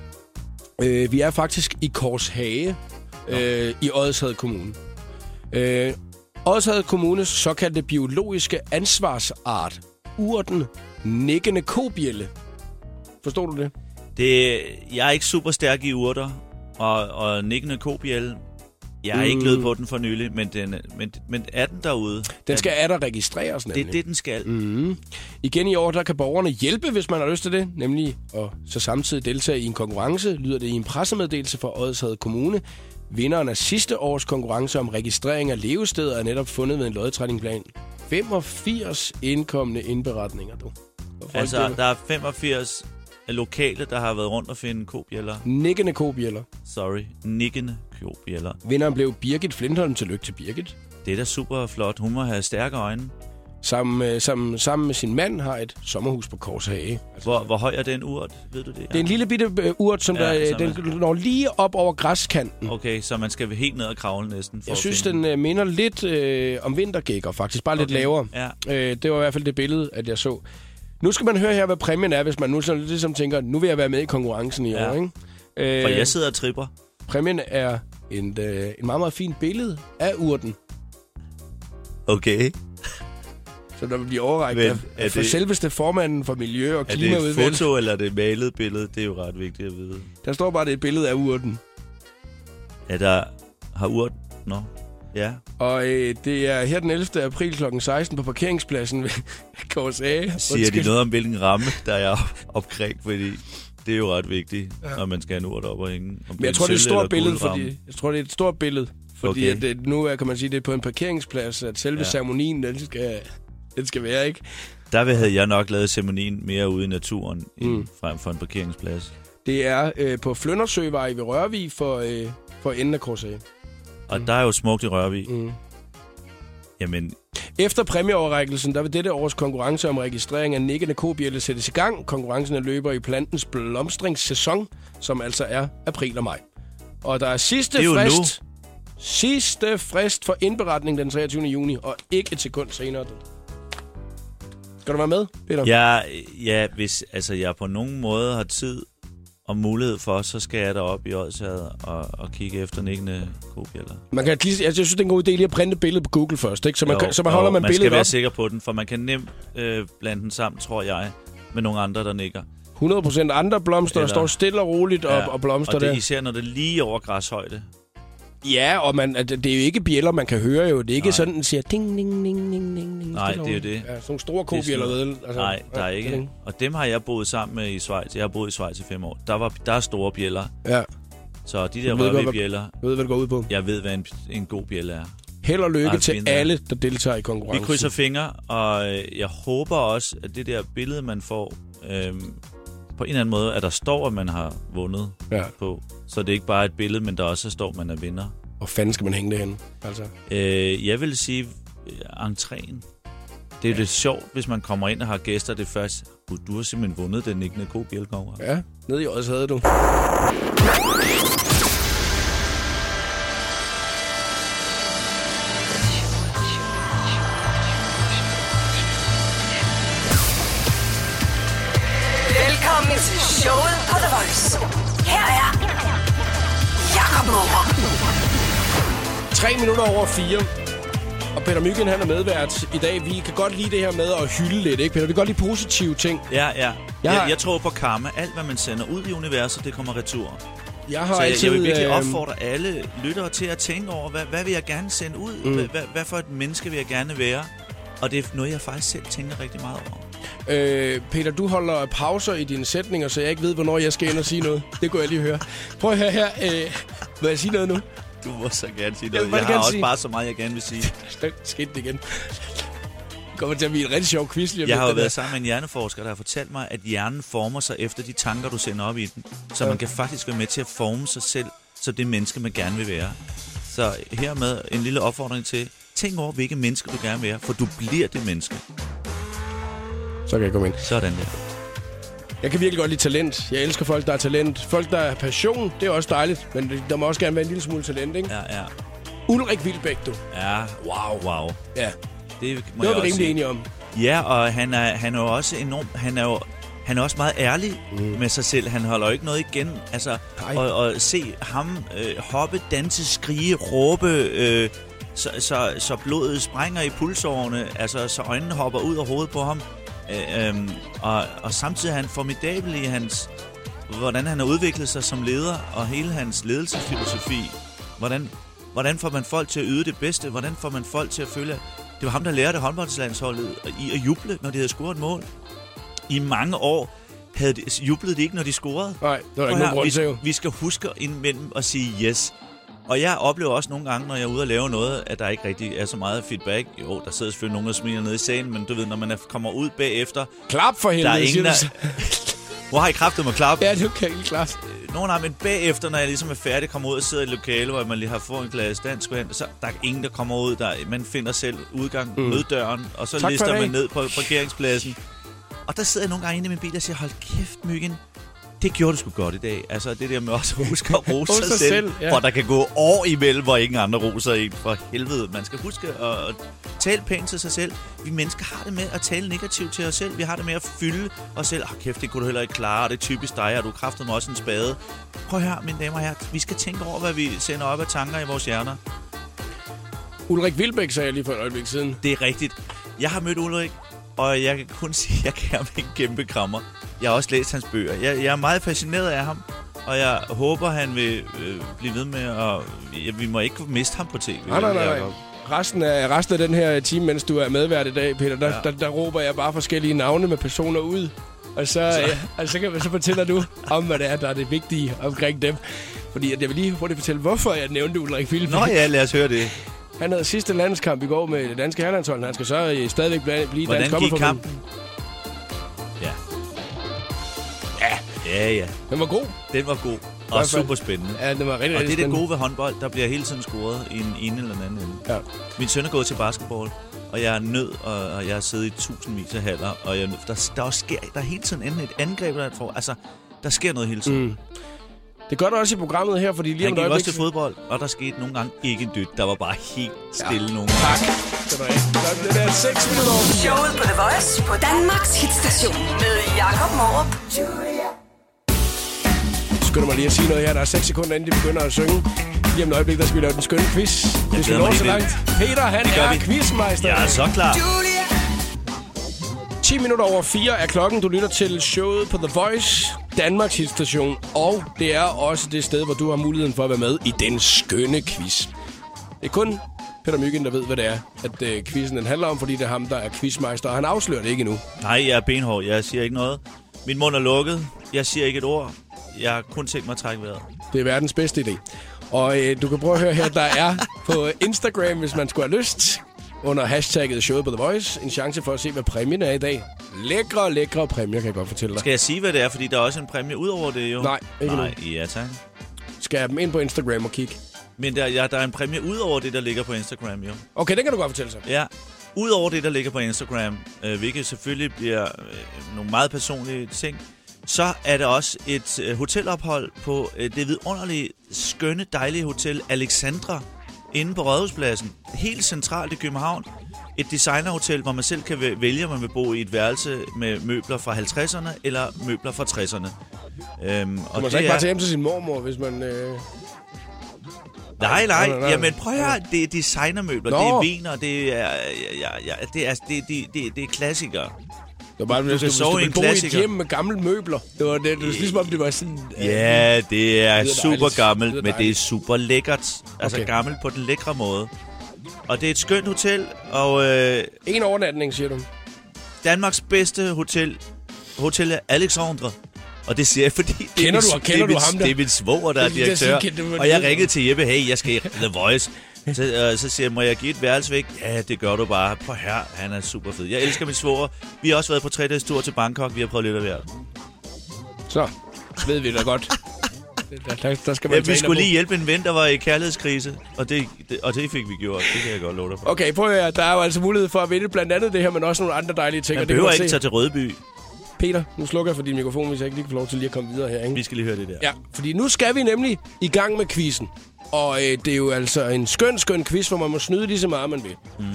Speaker 1: Øh, vi er faktisk i Korshage øh, i Odshed Kommune. Øh, Odshed Kommunes såkaldte biologiske ansvarsart, urten, nikkende kobjælle. Forstår du det?
Speaker 2: Det, jeg er ikke super stærk i urter og, og nikkende kobjæl. Jeg har ikke
Speaker 1: Mm.
Speaker 2: løbet på den for nylig, men, den, men, men er den derude?
Speaker 1: Den skal er der registreres
Speaker 2: Det
Speaker 1: nemlig.
Speaker 2: er det, den skal. Mm.
Speaker 1: Igen i år, der kan borgerne hjælpe, hvis man har lyst til det, nemlig og så samtidig deltage i en konkurrence, lyder det i en pressemeddelelse fra Odshed Kommune. Vinderen af sidste års konkurrence om registrering af levesteder er netop fundet ved en lodtrækningsplan. 85 indkommende indberetninger, du. Og folk
Speaker 2: Altså,
Speaker 1: dør.
Speaker 2: der er 85 lokale, der har været rundt og finde kobjæller.
Speaker 1: Nikkende kobjæller.
Speaker 2: Sorry, nikkende kobjæller.
Speaker 1: Vinderen blev Birgit Flintholm. Tillykke til Birgit.
Speaker 2: Det er da super flot. Hun må have stærke øjne.
Speaker 1: Sammen, øh, sammen, sammen med sin mand har et sommerhus på Korshage.
Speaker 2: Hvor, hvor høj er den urt? Ved du det?
Speaker 1: Det er en lille bitte øh, urt, som
Speaker 2: Ja,
Speaker 1: ja, der, øh,
Speaker 2: sammen.
Speaker 1: den når lige op over græskanten.
Speaker 2: Okay, så man skal helt ned og kravle næsten. For
Speaker 1: Jeg
Speaker 2: at
Speaker 1: synes,
Speaker 2: finde
Speaker 1: den øh, minder lidt øh, om vintergækker, faktisk. Bare okay. lidt
Speaker 2: Okay.
Speaker 1: lavere.
Speaker 2: Ja.
Speaker 1: Øh, det var i hvert fald det billede, at jeg så. Nu skal man høre her, hvad præmien er, hvis man nu sådan ligesom tænker, nu vil jeg være med i konkurrencen i
Speaker 2: Ja.
Speaker 1: år, ikke? Øh,
Speaker 2: For jeg sidder og tripper.
Speaker 1: Præmien er en, øh, en meget, meget fin billede af urten,
Speaker 2: Okay.
Speaker 1: som der vil blive overrækt
Speaker 2: Men
Speaker 1: af,
Speaker 2: er
Speaker 1: af for
Speaker 2: det-
Speaker 1: selveste formanden for Miljø- og
Speaker 2: Er det et
Speaker 1: Klimaudvalg.
Speaker 2: foto, eller er det et malet billede? Det er jo ret vigtigt at vide.
Speaker 1: Der står bare, det er et billede af urten.
Speaker 2: Er der... Har urt... Nå. Ja.
Speaker 1: Og øh, det er her den 11. april kl. 16 på parkeringspladsen ved KSA.
Speaker 2: Siger de noget om, hvilken ramme, der er op- omkring? Fordi det er jo ret vigtigt, ja. når man skal have en urt op og hænge. Om
Speaker 1: Men
Speaker 2: er en
Speaker 1: jeg tror, det er et
Speaker 2: sølv-
Speaker 1: stort
Speaker 2: eller
Speaker 1: billede,
Speaker 2: guldramme.
Speaker 1: fordi, jeg tror, det er et stort billede. Fordi
Speaker 2: Okay.
Speaker 1: okay. at, øh, nu er, kan man sige, det er på en parkeringsplads, at selve
Speaker 2: Ja.
Speaker 1: ja. ceremonien, den skal, den skal være, ikke?
Speaker 2: Der havde jeg nok lavet ceremonien mere ude i naturen, mm. end frem for en parkeringsplads.
Speaker 1: Det er øh, på Fløndersøvej ved Rørvig for, øh, for enden af KSA.
Speaker 2: Og mm. der er jo smukt i Rørvig.
Speaker 1: Mm.
Speaker 2: Jamen,
Speaker 1: Efter præmieoverrækkelsen, der vil dette års konkurrence om registrering af nikkende kobjælle sættes i gang. Konkurrencen er løber i plantens blomstringssæson, som altså er april og maj. Og der er sidste
Speaker 2: Det er jo
Speaker 1: frist. Sidste frist for indberetning den 23. juni, og ikke et sekund senere. Skal du være med, Peter?
Speaker 2: jeg, ja, hvis altså, jeg på nogen måde har tid og mulighed for, så skal jeg derop i Odshavet og, og kigge efter nikkende kobjælder.
Speaker 1: Man kan, lige- altså, jeg synes, det er en god idé lige at printe billedet på Google først, ikke? Så man,
Speaker 2: Jo,
Speaker 1: kan, så man
Speaker 2: jo,
Speaker 1: holder man,
Speaker 2: man skal
Speaker 1: billedet
Speaker 2: være
Speaker 1: op.
Speaker 2: sikker på den, for man kan nemt øh, blande den sammen, tror jeg, med nogle andre, der nikker.
Speaker 1: 100% andre blomster, der
Speaker 2: Eller-
Speaker 1: står stille og roligt og, og blomster
Speaker 2: og det,
Speaker 1: der.
Speaker 2: er Især når det er lige over græshøjde.
Speaker 1: Ja, og man, at det er jo ikke bjæller, man kan høre jo. Det er ikke Nej. sådan, den siger ding, ding, ding, ding, ding. ding,
Speaker 2: Nej,
Speaker 1: stille og
Speaker 2: det er jo
Speaker 1: roligt.
Speaker 2: det.
Speaker 1: Ja, sådan nogle store
Speaker 2: Det er sådan
Speaker 1: kobjæller,
Speaker 2: noget-
Speaker 1: ved. Altså,
Speaker 2: Nej, der er
Speaker 1: ja,
Speaker 2: ikke.
Speaker 1: ding.
Speaker 2: Og dem har jeg boet sammen med i Schweiz. Jeg har boet i Schweiz i fem år. Der, var, der er store bjæller.
Speaker 1: Ja,
Speaker 2: Så de
Speaker 1: ved
Speaker 2: der
Speaker 1: godt, hvad-
Speaker 2: rørvig-bjæller,
Speaker 1: jeg ved, hvad det går ud på.
Speaker 2: jeg ved, hvad en, en god bjælle er.
Speaker 1: Held og lykke
Speaker 2: Meget
Speaker 1: til
Speaker 2: fint, ja.
Speaker 1: alle, der deltager i konkurrencen.
Speaker 2: Vi krydser fingre, og øh, jeg håber også, at det der billede, man får, øhm, på en eller anden måde, at der står, at man har vundet
Speaker 1: Ja.
Speaker 2: på. Så det er ikke bare et billede, men der også står, at man er vinder.
Speaker 1: Hvor fanden skal man hænge det henne? Altså,
Speaker 2: Øh, jeg vil sige øh, entréen. Det er jo lidt sjovt, hvis man kommer ind og har gæster, det er først, "Gud, du har simpelthen vundet den ikke god bjælkonkurrence.
Speaker 1: ja. Nede i øjet havde du.
Speaker 3: Velkommen til showet på The Voice. Her er Jakob Morup.
Speaker 1: Tre minutter over fire. Og Peter Myggen, han er medvært i dag. Vi kan godt lide det her med at hylde lidt, ikke Peter? Vi kan godt lide positive ting.
Speaker 2: Ja, ja.
Speaker 1: har-
Speaker 2: Jeg, jeg tror på karma. Alt, hvad man sender ud i universet, det kommer retur.
Speaker 1: Jeg har
Speaker 2: Så jeg,
Speaker 1: altid...
Speaker 2: jeg vil virkelig
Speaker 1: øhm,
Speaker 2: opfordre alle lyttere til at tænke over, hvad, hvad vil jeg gerne sende ud? Mm. Hvad, hvad, hvad for et menneske vil jeg gerne være? Og det er noget, jeg faktisk selv tænker rigtig meget over.
Speaker 1: Øh, Peter, du holder pauser i dine sætninger, så jeg ikke ved, hvornår jeg skal ind og sige noget. Det kunne jeg lige høre. Prøv at høre her. Øh, vil jeg sige noget nu?
Speaker 2: Du må så gerne sige
Speaker 1: Jeg vil
Speaker 2: noget.
Speaker 1: bare
Speaker 2: Jeg, har
Speaker 1: gerne
Speaker 2: også
Speaker 1: sige-
Speaker 2: bare så meget, jeg gerne vil sige.
Speaker 1: Slet, Skete det igen. Det kommer til at blive en rigtig sjov quiz lige om
Speaker 2: Jeg
Speaker 1: lidt,
Speaker 2: har jo
Speaker 1: den der.
Speaker 2: været sammen med en hjerneforsker, der har fortalt mig, at hjernen former sig efter de tanker, du sender op i den. Så man kan faktisk være med til at forme sig selv, som det menneske, man gerne vil være. Så hermed en lille opfordring til, tænk over, hvilke menneske du gerne vil være, for du bliver det menneske.
Speaker 1: Så kan jeg komme ind.
Speaker 2: Sådan der.
Speaker 1: Jeg kan virkelig godt lide talent. Jeg elsker folk, der er talent. Folk, der er passion, det er også dejligt. Men det- der må også gerne være en lille smule talent, ikke? Ja.
Speaker 2: Ja, ja.
Speaker 1: Ulrik Vilbæk, du.
Speaker 2: Ja, wow, wow.
Speaker 1: Ja,
Speaker 2: Det, må
Speaker 1: det
Speaker 2: jeg
Speaker 1: var vi
Speaker 2: også
Speaker 1: rimelig
Speaker 2: sige.
Speaker 1: enige om.
Speaker 2: Ja, og han er, han er jo også enorm... Han er jo han er også meget ærlig mm. med sig selv. Han holder jo ikke noget igen. Altså,
Speaker 1: Nej.
Speaker 2: og, og se ham øh, hoppe, danse, skrige, råbe, øh, så, så, så blodet sprænger i pulsårene, altså så øjnene hopper ud af hovedet på ham. Øh, øhm, og, og samtidig er han formidabel i hans, hvordan han har udviklet sig som leder, og hele hans ledelsesfilosofi. Hvordan, hvordan får man folk til at yde det bedste? Hvordan får man folk til at føle, at det var ham, der lærte håndboldslandsholdet i at juble, når de havde scoret et mål? I mange år havde de, jublede de ikke, når de scorede.
Speaker 1: Nej, det var der
Speaker 2: Prøv
Speaker 1: ikke nogen
Speaker 2: her,
Speaker 1: grund
Speaker 2: vi,
Speaker 1: til jo.
Speaker 2: vi skal huske indimellem at sige yes. Og jeg oplever også nogle gange, når jeg er ude og lave noget, at der ikke rigtig er så meget feedback. Jo, der sidder selvfølgelig nogen, der smiler nede i salen, men du ved, når man er, kommer ud bagefter,
Speaker 1: Klap for
Speaker 2: der
Speaker 1: helvede,
Speaker 2: er ingen,
Speaker 1: du
Speaker 2: der...
Speaker 1: så.
Speaker 2: Hvor har I kraftet mig klap?
Speaker 1: Ja, det kan helt klart.
Speaker 2: Nogen har, men bagefter, når jeg ligesom er færdig, kommer ud og sidder i et lokale, hvor man lige har fået en glas dansk vand, så der er ingen, der kommer ud. Der, man finder selv udgang mm. med døren, og så
Speaker 1: Tak for
Speaker 2: tak
Speaker 1: i
Speaker 2: lister
Speaker 1: dag.
Speaker 2: man ned på parkeringspladsen. Og der sidder jeg nogle gange inde i min bil og siger, hold kæft, Myggen, det gjorde du sgu godt i dag. Altså det der med også at huske at rose sig selv, ja. hvor der kan gå år imellem, hvor ingen andre roser en. For helvede, man skal huske at, at Tal pænt til sig selv. Vi mennesker har det med at tale negativt til os selv. Vi har det med at fylde os selv. Åh, kæft, det kunne du heller ikke klare, og det er typisk dig, og du kræftede mig også en spade. Prøv at høre, mine damer og herrer. Vi skal tænke over, hvad vi sender op af tanker i vores hjerner.
Speaker 1: Ulrik Vilbæk sagde jeg lige for et øjeblik siden.
Speaker 2: Det er rigtigt. Jeg har mødt Ulrik, og jeg kan kun sige, at jeg kan ham en kæmpe krammer. Jeg har også læst hans bøger. Jeg, jeg er meget fascineret af ham, og jeg håber, han vil øh, blive ved med at... Ja, vi må ikke miste ham på tv.
Speaker 1: Nej, nej, nej. nej.
Speaker 2: Jacob.
Speaker 1: Resten af, resten af den her time, mens du er medvært i dag, Peter, der, ja.
Speaker 2: Ja.
Speaker 1: der, der råber jeg bare forskellige navne med personer ud. Og så, så. Ja, og så, kan, så fortæller du om, hvad det er, der er det vigtige omkring dem. Fordi at jeg vil lige hurtigt fortælle, hvorfor jeg nævnte Ulrik Vilbæk.
Speaker 2: Nå ja, lad os høre det.
Speaker 1: Han havde sidste landskamp i går med det danske herrelandshold. Han skal så øh, stadigvæk bla- blive
Speaker 2: Hvordan
Speaker 1: dansk
Speaker 2: gik
Speaker 1: dommerforbund.
Speaker 2: kampen? Ja. Ja. Ja, ja.
Speaker 1: Den var god.
Speaker 2: Den var god. Og
Speaker 1: hvert fald.
Speaker 2: super spændende.
Speaker 1: Ja, den var rigtig, rigtig
Speaker 2: Og det er det
Speaker 1: spændende.
Speaker 2: gode ved håndbold, der bliver hele tiden scoret i en ene eller den anden ende.
Speaker 1: Ja.
Speaker 2: Min søn er gået til basketball, og jeg er nød, og, og jeg har siddet i tusindvis af haller, og jeg, der, der, sker, der er hele tiden enten et angreb, eller et for, altså, der sker noget hele tiden. Mm,
Speaker 1: Det gør der også i programmet her, fordi lige
Speaker 2: Han
Speaker 1: om et
Speaker 2: gik
Speaker 1: øjeblik...
Speaker 2: også til fodbold, og der skete nogle gange ikke en dyt. Der var bare helt stille ja. nogle gange.
Speaker 1: Tak. Skal du have. Klokken den er 6 minutter over
Speaker 3: Showet på The Voice på Danmarks hitstation med Jakob Morup.
Speaker 1: Skynder mig lige at sige noget her. Der er 6 sekunder, inden de begynder at synge. Lige om et øjeblik, der skal vi lave den skønne quiz. Hvis vi
Speaker 2: glæder
Speaker 1: når
Speaker 2: mig
Speaker 1: så
Speaker 2: helt
Speaker 1: langt. Peter, han
Speaker 2: gør
Speaker 1: er
Speaker 2: vi.
Speaker 1: quizmeister.
Speaker 2: Jeg er så klar.
Speaker 1: 10 minutter over 4 er klokken. Du lytter til showet på The Voice, Danmarks hitstation. Og det er også det sted, hvor du har muligheden for at være med i den skønne quiz. Det er kun Peter Myggen, der ved, hvad det er, at øh, quizzen den handler om, fordi det er ham, der er quizmeister, og han afslører det ikke endnu.
Speaker 2: Nej, jeg er benhård. Jeg siger ikke noget. Min mund er lukket. Jeg siger ikke et ord. Jeg har kun tænkt mig at trække vejret.
Speaker 1: Det er verdens bedste idé. Og øh, du kan prøve at høre her, der er på Instagram, hvis man skulle have lyst, under hashtagget showet på The Voice, en chance for at se, hvad præmien er i dag. Lækre, lækre præmier, kan jeg godt fortælle dig.
Speaker 2: Skal jeg sige, hvad det er? Fordi der er også en præmie ud over det, jo.
Speaker 1: Nej, ikke
Speaker 2: Nej, ja tak.
Speaker 1: Skal jeg dem ind på Instagram og kigge?
Speaker 2: Men der, ja, der er en præmie ud over det, der ligger på Instagram, jo.
Speaker 1: Okay, den kan du godt fortælle så.
Speaker 2: Ja. Udover det, der ligger på Instagram, øh, hvilket selvfølgelig bliver øh, nogle meget personlige ting, så er der også et øh, hotelophold på øh, det vidunderlige, skønne, dejlige hotel Alexandra inde på Rådhuspladsen. Helt centralt i København. Et designerhotel, hvor man selv kan væ- vælge, om man vil bo i et værelse med møbler fra 50'erne eller møbler fra 60'erne. Øhm,
Speaker 1: Og man så ikke bare tage hjem til sin mormor, hvis man... Øh...
Speaker 2: Nej, nej.
Speaker 1: Nej, nej, nej.
Speaker 2: Jamen prøv at høre, det er designermøbler,
Speaker 1: Nå.
Speaker 2: det er viner, det er, ja, ja, det er, det, det, det, det er klassikere.
Speaker 1: Det var bare, hvis
Speaker 2: skal
Speaker 1: du, hvis
Speaker 2: sove
Speaker 1: du
Speaker 2: i en
Speaker 1: ville bo i et
Speaker 2: klassiker.
Speaker 1: hjem med gamle møbler. Det var, det, det var ligesom om, det var sådan... øh,
Speaker 2: Ja, det er
Speaker 1: dejligt.
Speaker 2: super
Speaker 1: Det lyder
Speaker 2: gammelt, men det er
Speaker 1: dejligt.
Speaker 2: super lækkert. Altså
Speaker 1: Okay.
Speaker 2: gammelt på den lækre måde. Og det er et skønt hotel, og øh,
Speaker 1: En overnatning, siger du.
Speaker 2: Danmarks bedste hotel, Hotel Alexandre. Og det siger jeg, fordi det
Speaker 1: Kender
Speaker 2: er, min,
Speaker 1: du-
Speaker 2: det,
Speaker 1: kender
Speaker 2: er
Speaker 1: du
Speaker 2: min,
Speaker 1: ham der?
Speaker 2: det er min svoger, der er
Speaker 1: Jeg skulle lige til
Speaker 2: direktør.
Speaker 1: at sige, kender du-
Speaker 2: og jeg ringede til Jeppe, hey, jeg skal i The Voice. Så, øh, så siger jeg, må jeg give et værelse væk? Ja, det gør du bare. Prøv her, han er super fed. Jeg elsker min svoger. Vi har også været på tre dages tur til Bangkok. Vi har prøvet lidt af hvert.
Speaker 1: Så ved vi da godt. Der, der, der skal man
Speaker 2: Ja,
Speaker 1: tage
Speaker 2: vi
Speaker 1: en
Speaker 2: skulle
Speaker 1: af
Speaker 2: lige hjælpe en ven, der var i kærlighedskrise, og det, det, og det fik vi gjort. Det kan jeg godt love dig for.
Speaker 1: Okay, prøv at høre. Der er jo altså mulighed for at vinde blandt andet det her, men også nogle andre dejlige ting.
Speaker 2: Man
Speaker 1: og det kan
Speaker 2: behøver ikke
Speaker 1: se.
Speaker 2: tage til Rødby.
Speaker 1: Peter, nu slukker jeg for din mikrofon, hvis jeg ikke lige får lov til lige at komme videre her. Ikke?
Speaker 2: Vi skal lige høre det der.
Speaker 1: Ja, fordi nu skal vi nemlig i gang med quizzen. Og øh, det er jo altså en skøn, skøn quiz, hvor man må snyde lige så meget, man vil. Mm.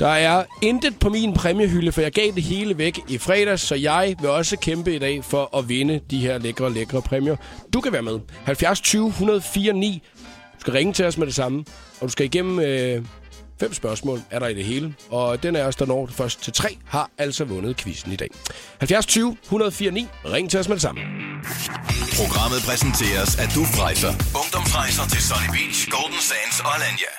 Speaker 1: Der er intet på min præmiehylde, for jeg gav det hele væk i fredags, så jeg vil også kæmpe i dag for at vinde de her lækre, lækre præmier. Du kan være med. 70 20 104 9. Du skal ringe til os med det samme, og du skal igennem øh, fem spørgsmål, er der i det hele. Og den af os, der når først til tre, har altså vundet quizzen i dag. 70 20 104 9. Ring til os med det samme.
Speaker 7: Programmet præsenteres af Duf Rejser. Ungdom rejser til Sunny Beach, Golden Sands og Alanya.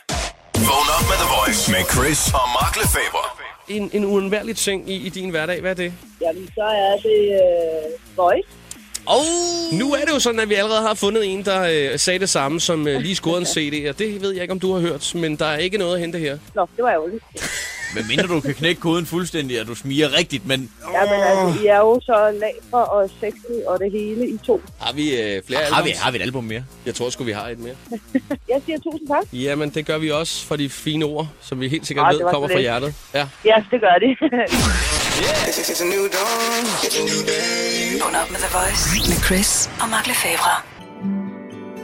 Speaker 7: Vågn op med The Voice med Chris og Mark Lefebvre.
Speaker 8: en, en uundværlig ting i, i din hverdag. Hvad er det?
Speaker 9: Jamen, så er det øh, Voice.
Speaker 8: Nu er det jo sådan, at vi allerede har fundet en, der øh, sagde det samme, som øh, lige scorede en CD, og det ved jeg ikke, om du har hørt, men der er ikke noget at hente her.
Speaker 9: Nå, det var ærgerligt.
Speaker 10: Men mindre du kan knække koden fuldstændig, og du smiger rigtigt, men
Speaker 9: Ja, men altså, I er jo så labre og sexy og det hele i to.
Speaker 8: Har vi øh, flere
Speaker 10: har vi,
Speaker 8: albums?
Speaker 10: har vi et album mere?
Speaker 8: Jeg tror sgu, vi har et mere.
Speaker 9: Jeg siger tusind tak.
Speaker 8: Jamen, det gør vi også for de fine ord, som vi helt sikkert
Speaker 9: Ah,
Speaker 8: ved
Speaker 9: det var
Speaker 8: kommer
Speaker 9: så
Speaker 8: fra
Speaker 9: lidt.
Speaker 8: hjertet. Ja.
Speaker 9: Ja, det gør det.
Speaker 3: Vågn op med The Voice med Chris og Mark Lefebvre.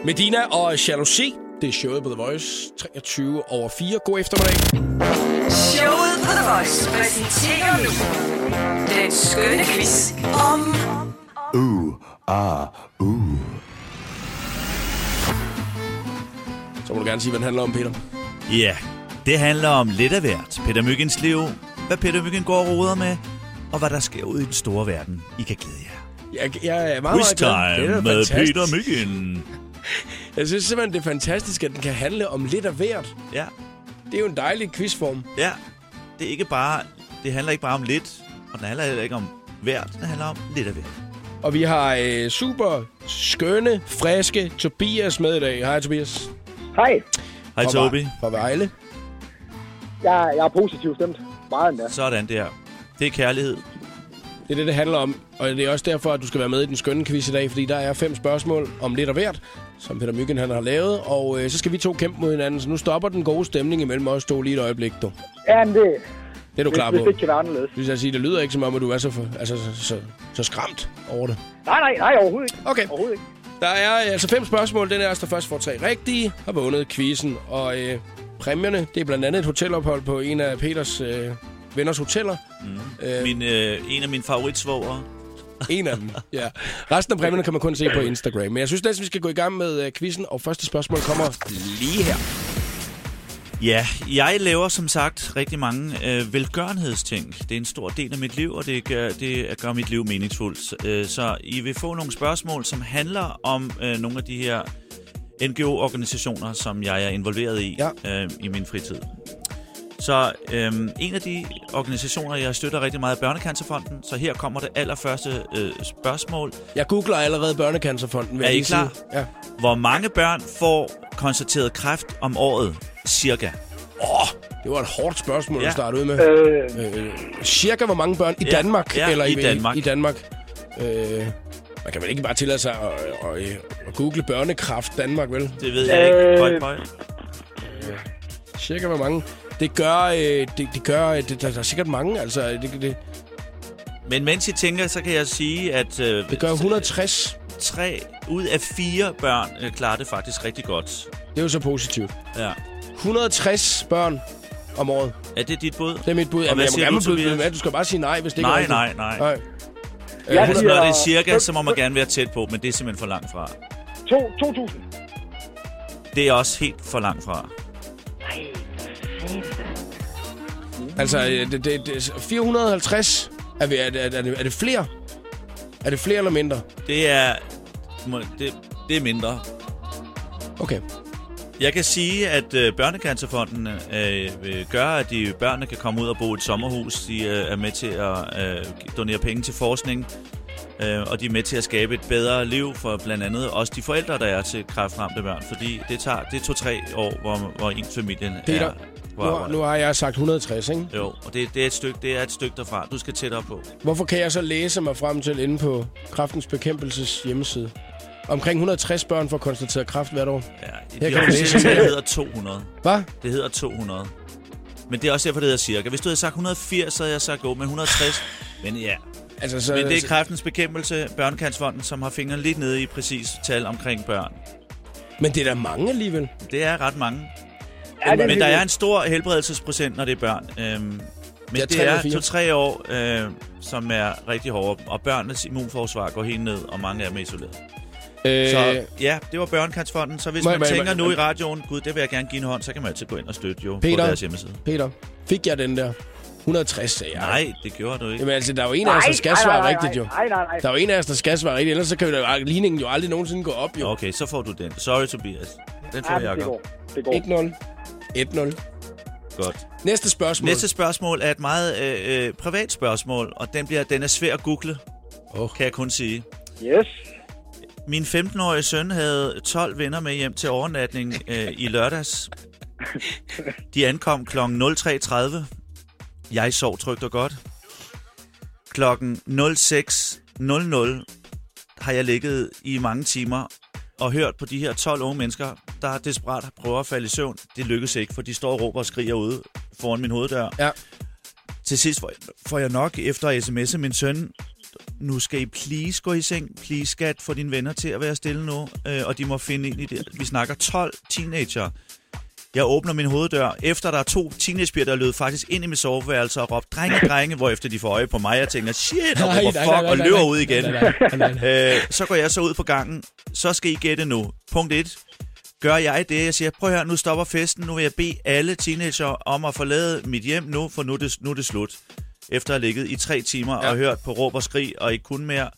Speaker 1: Medina og jalousi. Det Det er showet på The Voice, 23 over 4. God eftermiddag.
Speaker 3: Showet på The Voice præsenterer nu den skønne quiz om
Speaker 7: Uh, ah, uh.
Speaker 1: Så må du gerne sige, hvad den handler om, Peter.
Speaker 2: Ja, det handler om lidt af hvert. Peter Myggens liv, hvad Peter Myggen går og roder med, og hvad der sker ude i den store verden. I kan glæde jer.
Speaker 1: Jeg, jeg er meget,
Speaker 2: Quiz
Speaker 1: meget glad. Det er
Speaker 2: time
Speaker 1: da fantastisk.
Speaker 2: med Peter Myggen.
Speaker 1: Jeg synes simpelthen, det er fantastisk, at den kan handle om lidt af hvert.
Speaker 2: Ja,
Speaker 1: Det er jo en dejlig quizform.
Speaker 2: ja. Det, er ikke bare, det handler ikke bare om lidt, og det handler heller ikke om hvert. Det handler om lidt af hvert.
Speaker 1: Og vi har øh, super skønne, friske Tobias med i dag. Hej, Tobias.
Speaker 11: Hej,
Speaker 2: Hej
Speaker 1: Fra Vej-
Speaker 2: Tobi.
Speaker 1: Fra Vejle.
Speaker 11: jeg, jeg er positivt stemt. Meget endda.
Speaker 2: Sådan der. Det er kærlighed.
Speaker 1: Det er det, det handler om. Og det er også derfor, at du skal være med i den skønne quiz i dag, fordi der er fem spørgsmål om lidt af hvert, som Peter Myggen han har lavet. Og øh, så skal vi to kæmpe mod hinanden, så nu stopper den gode stemning imellem os to lige et øjeblik, du.
Speaker 11: Ja, men det,
Speaker 1: Det er du
Speaker 11: hvis,
Speaker 1: klar
Speaker 11: hvis
Speaker 1: på.
Speaker 11: det ikke kan være anderledes.
Speaker 1: Hvis jeg siger, det lyder ikke som om, at du er så, for, altså, så, så, så skræmt over det.
Speaker 11: Nej, nej, nej, overhovedet ikke.
Speaker 1: Okay.
Speaker 11: Overhovedet ikke.
Speaker 1: Der er øh, altså fem spørgsmål. Den er os, der først får tre rigtige, har vundet quizzen. Og øh, præmierne, det er blandt andet et hotelophold på en af Peters øh, venners hoteller. Øh,
Speaker 2: Min, øh, en af mine favoritsvogere.
Speaker 1: En af dem, ja. Resten af præmierne kan man kun se på Instagram. Men jeg synes næsten, vi skal gå i gang med øh, quizzen, og første spørgsmål kommer lige her.
Speaker 2: Ja, jeg laver som sagt rigtig mange øh, velgørenhedsting. Det er en stor del af mit liv, og det gør, det gør mit liv meningsfuldt. Øh, så I vil få nogle spørgsmål, som handler om øh, nogle af de her NGO-organisationer, som jeg er involveret i ja. øh, i min fritid. Så øhm, en af de organisationer, jeg støtter rigtig meget, er Børnecancerfonden. Så her kommer det allerførste øh, spørgsmål.
Speaker 1: Jeg googler allerede Børnecancerfonden. vil
Speaker 2: Er
Speaker 1: jeg
Speaker 2: I
Speaker 1: lige sige.
Speaker 2: klar?
Speaker 1: Ja.
Speaker 2: Hvor mange børn får konstateret kræft om året, cirka?
Speaker 1: Det var et hårdt spørgsmål ja.
Speaker 2: Ja.
Speaker 1: at starte ud med.
Speaker 11: Øh,
Speaker 1: Øh, cirka hvor mange børn i
Speaker 2: Ja,
Speaker 1: Danmark?
Speaker 2: ja,
Speaker 1: eller
Speaker 2: i Danmark.
Speaker 1: I, Danmark. Øh, man kan vel ikke bare tillade sig at, at, at, at google børnekraft Danmark, vel?
Speaker 2: Det ved jeg øh... ikke.
Speaker 11: Øh.
Speaker 2: Høj, høj.
Speaker 1: Cirka hvor mange? Det gør... Øh, det, det gør øh, det, der, der er sikkert mange, altså. Det, det,
Speaker 2: Men mens I tænker, så kan jeg sige, at øh,
Speaker 1: det gør 160.
Speaker 2: tre ud af fire børn øh, klarer det faktisk rigtig godt.
Speaker 1: Det er jo så positivt.
Speaker 2: Ja.
Speaker 1: 160 børn om året.
Speaker 2: Er det dit bud?
Speaker 1: Det er mit bud.
Speaker 2: Og
Speaker 1: Jamen,
Speaker 2: hvad
Speaker 1: jeg må
Speaker 2: siger
Speaker 1: gerne
Speaker 2: du,
Speaker 1: byde
Speaker 2: Tobias?
Speaker 1: byde med. Du skal bare sige nej, hvis det ikke er
Speaker 2: Nej,
Speaker 1: rigtigt.
Speaker 2: nej, nej.
Speaker 1: nej.
Speaker 11: Jeg
Speaker 1: Øh,
Speaker 2: Hvis
Speaker 11: siger-
Speaker 2: når det er cirka, så må man gerne være tæt på, men det er simpelthen for langt fra.
Speaker 11: to, 2000.
Speaker 2: Det er også helt for langt fra.
Speaker 1: altså, øh, det, det, det, 450. Er, vi, er, det- er, det, er det flere? Er det flere eller mindre?
Speaker 2: Det er, må- det, det er mindre.
Speaker 1: Okay.
Speaker 2: Jeg kan sige, at øh, Børnecancerfonden øh, øh, gør, at de børnene kan komme ud og bo i et sommerhus. De øh, er med til at øh, donere penge til forskning, øh, og de er med til at skabe et bedre liv for blandt andet også de forældre, der er til kræftramte børn. Fordi det tager det er to-tre år, hvor, hvor ens familie
Speaker 1: Peter,
Speaker 2: er...
Speaker 1: Nu, har- nu har jeg sagt 160, ikke?
Speaker 2: Jo, og det, det, er et stykke, det er et stykke derfra. Du skal tættere på.
Speaker 1: Hvorfor kan jeg så læse mig frem til inde på Kraftens Bekæmpelses hjemmeside? Omkring 160 børn får konstateret kræft hvert år.
Speaker 2: Ja,
Speaker 1: kan
Speaker 2: de
Speaker 1: du læse.
Speaker 2: officielle tal hedder 200.
Speaker 1: Hvad?
Speaker 2: Det hedder 200. Men det er også derfor, det hedder cirka. Hvis du havde sagt 180, så havde jeg sagt jo, men 160... Men ja,
Speaker 1: Altså, så,
Speaker 2: Men det er
Speaker 1: så-
Speaker 2: kræftens bekæmpelse, Børnecancerfonden, som har fingeren lidt nede i præcis tal omkring børn.
Speaker 1: men det er da mange alligevel.
Speaker 2: Det er ret mange.
Speaker 11: Ja, det,
Speaker 2: Men der er en stor helbredelsesprocent, når det er børn. Øhm, men
Speaker 1: Ja,
Speaker 2: ja,
Speaker 1: tre
Speaker 2: det
Speaker 1: eller
Speaker 2: er
Speaker 1: fire.
Speaker 2: to-tre år, øh, som er rigtig hårde, og børnenes immunforsvar går helt ned, og mange af dem er isoleret.
Speaker 1: Øh,
Speaker 2: Så ja, det var Børnecancerfonden. Så hvis
Speaker 1: må-
Speaker 2: man
Speaker 1: må-
Speaker 2: tænker
Speaker 1: må-
Speaker 2: nu i radioen, gud, det vil jeg gerne give en hånd, så kan man altid gå ind og støtte jo på
Speaker 1: Peter?
Speaker 2: deres hjemmeside.
Speaker 1: Peter, fik jeg den der? 160, sagde jeg.
Speaker 2: Nej, det gjorde du ikke.
Speaker 1: Jamen altså, der er jo en af os, der skal svare rigtigt, jo.
Speaker 11: Nej, nej, nej.
Speaker 1: Der er jo en af os, der skal svare rigtigt, ellers så kan jo der- ligningen jo aldrig nogensinde gå op, jo.
Speaker 2: Okay, så får du den. Sorry, Tobias. Den får
Speaker 11: Ja,
Speaker 2: jeg
Speaker 11: det går. Det går.
Speaker 1: 1-0. 1-0.
Speaker 2: godt.
Speaker 1: Næste spørgsmål.
Speaker 2: Næste spørgsmål er et meget øh, øh, privat spørgsmål, og den, bliver, den er svær at google, oh. kan jeg kun sige.
Speaker 11: Yes.
Speaker 2: Min 15-årige søn havde 12 venner med hjem til overnatning øh, i lørdags. De ankom kl. 03.30. Jeg sov trygt og godt. Klokken 06.00 har jeg ligget i mange timer og hørt på de her 12 unge mennesker, der desperat prøver at falde i søvn. Det lykkes ikke, for de står og råber og skriger ude foran min hoveddør.
Speaker 1: Ja.
Speaker 2: Til sidst får jeg- får jeg nok efter at sms'e min søn nu skal I please gå i seng, please skat, få dine venner til at være stille nu, øh, og de må finde ind i det. Vi snakker 12 teenager. Jeg åbner min hoveddør, efter der er to teenagepiger, der lød faktisk ind i mit soveværelse og råbte, drenge, drenge, hvor efter de får øje på mig, jeg tænker, shit, og
Speaker 12: Nej,
Speaker 2: råber
Speaker 12: nej,
Speaker 2: fuck,
Speaker 12: nej, nej,
Speaker 2: og
Speaker 12: nej,
Speaker 2: løber
Speaker 12: nej.
Speaker 2: ud igen.
Speaker 12: Nej, nej, nej,
Speaker 2: Øh, så går jeg så ud på gangen, så skal I gætte nu. Punkt 1. Gør jeg det, jeg siger, prøv her, nu stopper festen, nu vil jeg bede alle teenager om at forlade mit hjem nu, for nu er det, nu er det slut. Efter at have ligget i tre timer ja. og hørt på råb og skrig og ikke kun mere.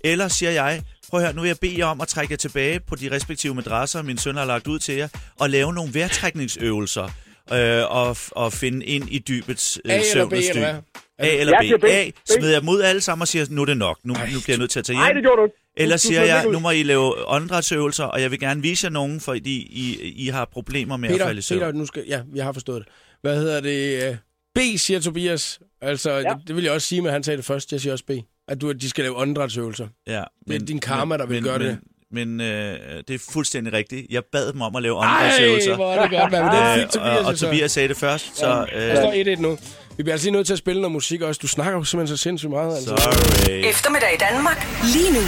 Speaker 2: Eller siger jeg, prøv her, nu vil jeg bede jer om at trække jer tilbage på de respektive madrasser, min søn har lagt ud til jer, og lave nogle vejrtrækningsøvelser. Øh, og, og finde ind i dybets
Speaker 1: A
Speaker 2: øh,
Speaker 1: eller B,
Speaker 2: søvnens dyb.
Speaker 1: eller hvad?
Speaker 2: A eller
Speaker 1: Jeg siger
Speaker 2: B.
Speaker 1: B.
Speaker 2: A,
Speaker 1: B.
Speaker 2: smider jeg mod alle sammen og siger, nu er det nok. Nu, nu bliver jeg nødt til at tage hjem.
Speaker 11: Nej, det gjorde du ikke. Du-
Speaker 2: Eller
Speaker 11: du
Speaker 2: siger
Speaker 11: smed den
Speaker 2: jeg,
Speaker 11: ikke ud.
Speaker 2: nu må I lave åndedrætsøvelser, og jeg vil gerne vise jer nogen, fordi I, I har problemer med at falde i
Speaker 1: Peter,
Speaker 2: søvn.
Speaker 1: Peter, nu skal, ja, jeg har forstået det. Hvad hedder det? øh, B, siger Tobias. Altså, ja. det, det, vil jeg også sige, men han sagde det først. Jeg siger også B. At du, at de skal lave åndedrætsøvelser.
Speaker 2: Ja,
Speaker 1: Det er din karma, der vil
Speaker 2: men,
Speaker 1: gøre
Speaker 2: men,
Speaker 1: det.
Speaker 2: Men øh, det er fuldstændig rigtigt. Jeg bad dem om at lave
Speaker 1: Ej,
Speaker 2: åndedrætsøvelser.
Speaker 1: hvor er det godt, mand. Men det er fint,
Speaker 2: Øh, og,
Speaker 1: Tobias. altså.
Speaker 2: og Tobias sagde det først, så...
Speaker 1: Øh, jeg står 1-1 nu. Vi bliver altså lige nødt til at spille noget musik også. Du snakker jo simpelthen så sindssygt meget. Altså.
Speaker 2: Sorry.
Speaker 3: Eftermiddag i Danmark. Lige nu.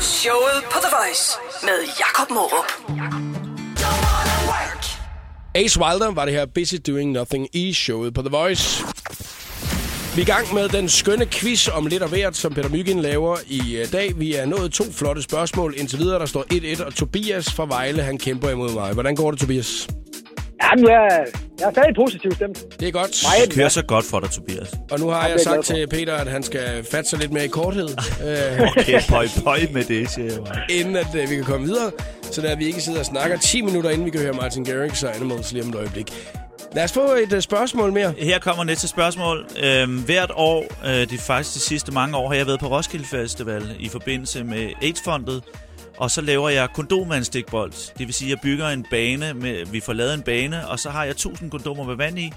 Speaker 3: Showet på The Voice med Jakob Morup.
Speaker 1: Ace Wilder var det her Busy Doing Nothing i showet på The Voice. Vi er i gang med den skønne quiz om lidt og hvert, som Peter Myggen laver i øh, dag. Vi er nået to flotte spørgsmål. Indtil videre, der står 1-1, og Tobias fra Vejle, han kæmper imod mig. Hvordan går det, Tobias?
Speaker 11: Jamen, jeg, jeg er stadig positivt stemt.
Speaker 1: Det er godt.
Speaker 11: Meget,
Speaker 2: Det kører så godt for dig, Tobias.
Speaker 1: Og nu har
Speaker 11: Jamen,
Speaker 1: jeg
Speaker 11: det er jeg
Speaker 1: sagt til Peter, at han skal fatte sig lidt mere i korthed, øh,
Speaker 2: Okay, pøj, pøj med det, siger jeg bare.
Speaker 1: inden at øh, vi kan komme videre. Så der vi ikke sidder og snakker 10 minutter, inden vi kan høre Martin Garrix og Animals lige om et øjeblik. Lad os få et øh, spørgsmål mere.
Speaker 2: Her kommer næste spørgsmål. Øhm, hvert år, øh, de faktisk de sidste mange år, har jeg været på Roskilde Festival i forbindelse med AIDS-fondet. Og så laver jeg kondom med en stikbold. Det vil sige, jeg bygger en bane, med, vi får lavet en bane, og så har jeg 1000 kondomer med vand i.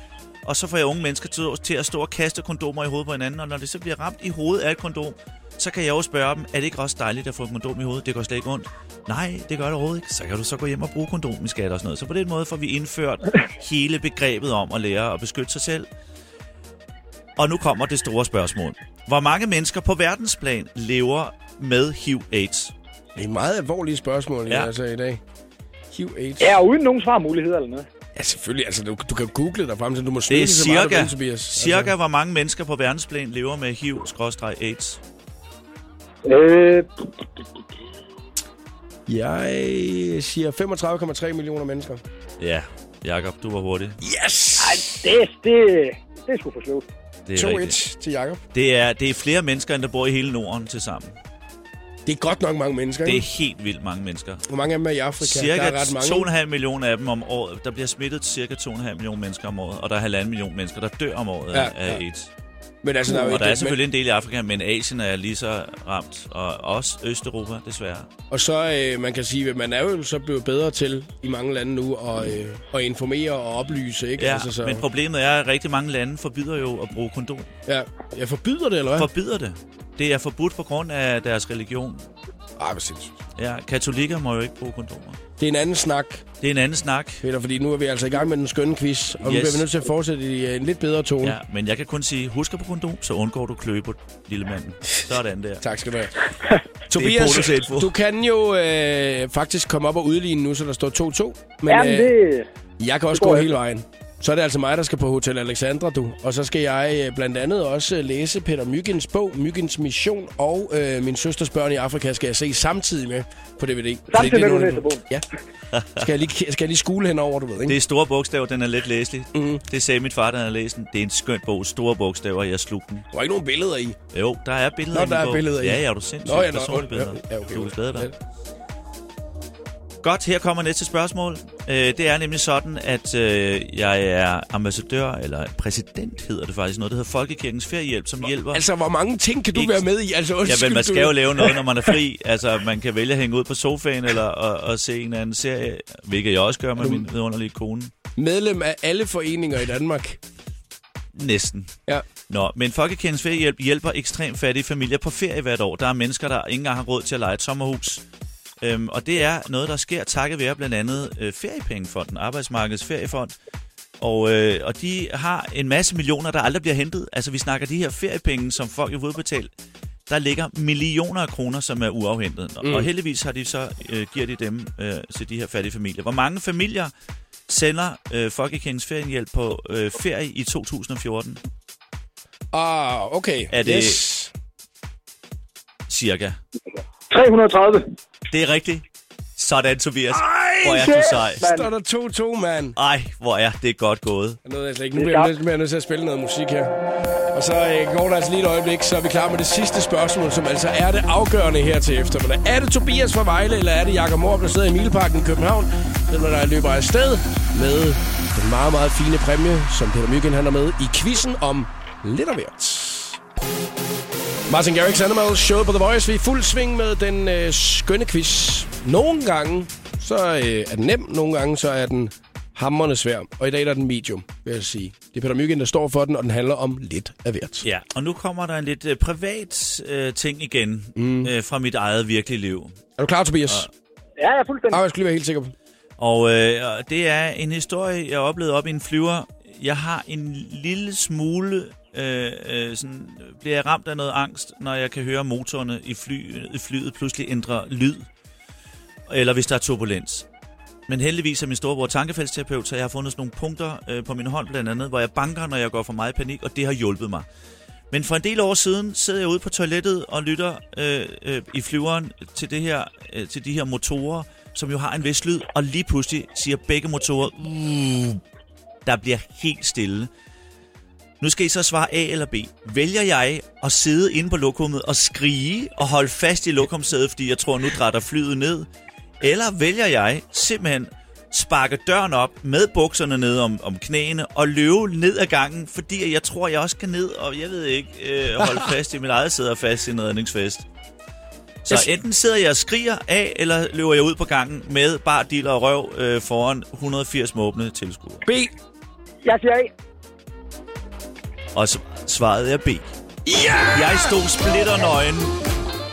Speaker 2: Og så får jeg unge mennesker til, til at stå og kaste kondomer i hovedet på hinanden, og når det så bliver ramt i hovedet af et kondom, så kan jeg jo spørge dem, er det ikke også dejligt at få et kondom i hovedet? Det gør slet ikke ondt. Nej, det gør det overhovedet ikke. Så kan du så gå hjem og bruge kondom i skat og sådan noget. Så på den måde får vi indført hele begrebet om at lære at beskytte sig selv. Og nu kommer det store spørgsmål. Hvor mange mennesker på verdensplan lever med HIV-AIDS?
Speaker 1: Det er et meget alvorligt spørgsmål, ja.
Speaker 2: Ja.
Speaker 1: altså i dag. HIV-AIDS.
Speaker 11: Ja, uden nogen svarmuligheder eller noget.
Speaker 1: Ja, selvfølgelig. Altså, du, du kan jo google dig frem til, du må
Speaker 2: Det
Speaker 1: snyde
Speaker 2: er
Speaker 1: lige så meget, du
Speaker 2: cirka,
Speaker 1: vil, Tobias. Altså-
Speaker 2: cirka hvor mange mennesker på verdensplan lever med HIV-AIDS.
Speaker 11: Øh,
Speaker 1: Jeg siger 35,3 millioner mennesker.
Speaker 2: Ja, Jakob, du var hurtig.
Speaker 1: Yes!
Speaker 11: ej, det, det, det er sgu for slået.
Speaker 2: Det er, rigtigt.
Speaker 1: 2-1 til Jakob.
Speaker 2: det er, det er flere mennesker, end der bor i hele Norden til sammen.
Speaker 1: Det er godt nok mange mennesker,
Speaker 2: Det
Speaker 1: ikke?
Speaker 2: er helt vildt mange mennesker.
Speaker 1: Hvor mange af dem er i Afrika?
Speaker 2: Cirka
Speaker 1: der er ret mange.
Speaker 2: 2,5 millioner af dem om året. Der bliver smittet cirka 2,5 millioner mennesker om året, og der er 1,5 million mennesker, der dør om året
Speaker 1: Ja,
Speaker 2: ja, af
Speaker 1: ja.
Speaker 2: AIDS.
Speaker 1: Men altså, der er jo
Speaker 2: og
Speaker 1: ikke...
Speaker 2: der er selvfølgelig en del i Afrika, men Asien er lige så ramt, og også Østeuropa, desværre.
Speaker 1: men, og så, øh, man kan sige, at man er jo så blevet bedre til i mange lande nu at, øh, at informere og oplyse, ikke?
Speaker 2: Ja,
Speaker 1: altså, så,
Speaker 2: men problemet er, at rigtig mange lande forbyder jo at bruge kondom.
Speaker 1: ja. Jeg forbyder det, eller hvad?
Speaker 2: Forbyder det. Det er forbudt på grund af deres religion.
Speaker 1: Ej, hvor sindssygt.
Speaker 2: Ja, katolikker må jo ikke bruge kondomer.
Speaker 1: Det er en anden snak,
Speaker 2: Det er en anden snak.
Speaker 1: Peter, fordi nu er vi altså i gang med den skønne quiz, og yes. nu
Speaker 2: Yes.
Speaker 1: bliver vi nødt til at fortsætte i øh, en lidt bedre tone.
Speaker 2: Ja, men jeg kan kun sige, husk at bruge kondom, så undgår du kløe på lille manden. Sådan der.
Speaker 1: Tak skal du have.
Speaker 2: bonus
Speaker 1: Tobias,
Speaker 2: info.
Speaker 1: du kan jo øh, faktisk komme op og udligne nu, så der står 2-2. Men
Speaker 11: Jamen, det...
Speaker 1: øh, jeg kan også
Speaker 11: det går
Speaker 1: gå
Speaker 11: jeg.
Speaker 1: hele vejen. Så er det altså mig, der skal på Hotel Alexandra, du. Og så skal jeg øh, blandt andet også øh, læse Peter Myggens bog, Myggens Mission, og øh, min søsters børn i Afrika skal jeg se samtidig med på DVD. Fordi det er
Speaker 11: Samtidig med, du
Speaker 1: nogle-
Speaker 11: læser bogen.
Speaker 1: Ja. Skal jeg lige, skal jeg lige skule henover, du ved, ikke?
Speaker 2: Det er store bogstaver, den er let læselig. Mm. Det sagde min far, der havde læst den. Det er en skøn bog, store bogstaver, jeg slugte den.
Speaker 1: Der var ikke nogen billeder i.
Speaker 2: Jo, der er billeder
Speaker 1: Nå,
Speaker 2: i
Speaker 1: der
Speaker 2: min
Speaker 1: er
Speaker 2: bog.
Speaker 1: billeder i.
Speaker 2: Ja, ja, er du sindssygt
Speaker 1: Nå, ja, nå,
Speaker 2: personlige
Speaker 1: ja,
Speaker 2: billeder.
Speaker 1: ja, okay.
Speaker 2: du vil glæde dig.
Speaker 1: Ja.
Speaker 2: Godt, her kommer næste spørgsmål. Øh, det er nemlig sådan, at øh, jeg er ambassadør, eller præsident hedder det faktisk, noget, der hedder Folkekirkens Feriehjælp, som hjælper...
Speaker 1: Altså, hvor mange ting kan du
Speaker 2: Ikke-
Speaker 1: være med i? Altså,
Speaker 2: Ja,
Speaker 1: undskyld,
Speaker 2: men man skal
Speaker 1: du-
Speaker 2: jo lave noget, når man er fri. Altså, man kan vælge at hænge ud på sofaen eller og, og se en eller anden serie, hvilket jeg også gør med min vidunderlige kone.
Speaker 1: Medlem af alle foreninger i Danmark.
Speaker 2: Næsten.
Speaker 1: Ja.
Speaker 2: Nå, men Folkekirkens Feriehjælp hjælper ekstremt fattige familier på ferie hvert år. Der er mennesker, der ikke engang har råd til at lege et sommerhus. Øhm, og det er noget, der sker takket være blandt andet øh, Feriepengefonden, Arbejdsmarkedets Feriefond. Og, øh, og de har en masse millioner, der aldrig bliver hentet. Altså, vi snakker de her feriepenge, som folk jo udbetalt. Der ligger millioner af kroner, som er uafhentet. Mm.
Speaker 12: Mm.
Speaker 2: Og heldigvis har de så, øh, giver de dem øh, til de her fattige familier. Hvor mange familier sender øh, Folkekirkens Feriehjælp på øh, ferie i 2014?
Speaker 1: Ah, okay.
Speaker 2: Er det
Speaker 1: Yes.
Speaker 2: cirka?
Speaker 11: 330.
Speaker 2: Det er rigtigt. Sådan, Tobias.
Speaker 1: Ej,
Speaker 2: hvor er du sej.
Speaker 1: Står der 2-2, mand.
Speaker 2: Ej, hvor er det godt gået.
Speaker 1: Nu, er jeg slet ikke. nu bliver jeg nødt- bliver jeg nødt til at spille noget musik her. Og så øh, går der altså lige et øjeblik, så er vi klar med det sidste spørgsmål, som altså er det afgørende her til eftermiddag. Er det Tobias fra Vejle, eller er det Jakob Morup, der sidder i Mileparken i København, den når der løber afsted med den meget, meget fine præmie, som Peter Myggen han er med i quizzen om lidt af hvert. Martin Garrix Animals, showet på The Voice. Vi er i fuld sving med den øh, skønne quiz. Nogle gange, så øh, er den nem. Nogle gange, så er den hammerne svær. Og i dag der er den medium, vil jeg sige. Det er Peter Myggen, der står for den, og den handler om lidt af hvert.
Speaker 2: Ja, og nu kommer der en lidt øh, privat øh, ting igen mm. øh, fra mit eget virkelige liv.
Speaker 1: Er du klar, Tobias?
Speaker 11: Ja, jeg er fuldstændig.
Speaker 1: Ah, jeg skulle lige være helt sikker på.
Speaker 2: Og, øh, og det er en historie, jeg oplevede op i en flyver. Jeg har en lille smule... Øh, øh, sådan, bliver jeg ramt af noget angst, når jeg kan høre motorerne i, fly, i flyet pludselig ændre lyd. Eller hvis der er turbulens. Men heldigvis er min storebror tankefældsterapeut, så jeg har fundet sådan nogle punkter øh, på min hånd blandt andet, hvor jeg banker, når jeg går for meget i panik, og det har hjulpet mig. Men for en del år siden sidder jeg ude på toilettet og lytter øh, øh, i flyveren til, det her, øh, til de her motorer, som jo har en vis lyd, og lige pludselig siger begge motorer, uh, der bliver helt stille. Nu skal I så svare A eller B. Vælger jeg at sidde inde på lokummet og skrige og holde fast i lokumsædet, fordi jeg tror, nu drætter flyet ned? Eller vælger jeg simpelthen sparke døren op med bukserne ned om, om knæene og løbe ned ad gangen, fordi jeg tror, jeg også kan ned, og jeg ved ikke, øh, holde fast i mit eget sæde og fast i en redningsfest. Så enten sidder jeg og skriger af, eller løber jeg ud på gangen med bar, diller og røv øh, foran 180 måbne tilskuere.
Speaker 1: B.
Speaker 11: Jeg siger A.
Speaker 2: Og så svarede jeg B. Yeah! Jeg stod splitternøgen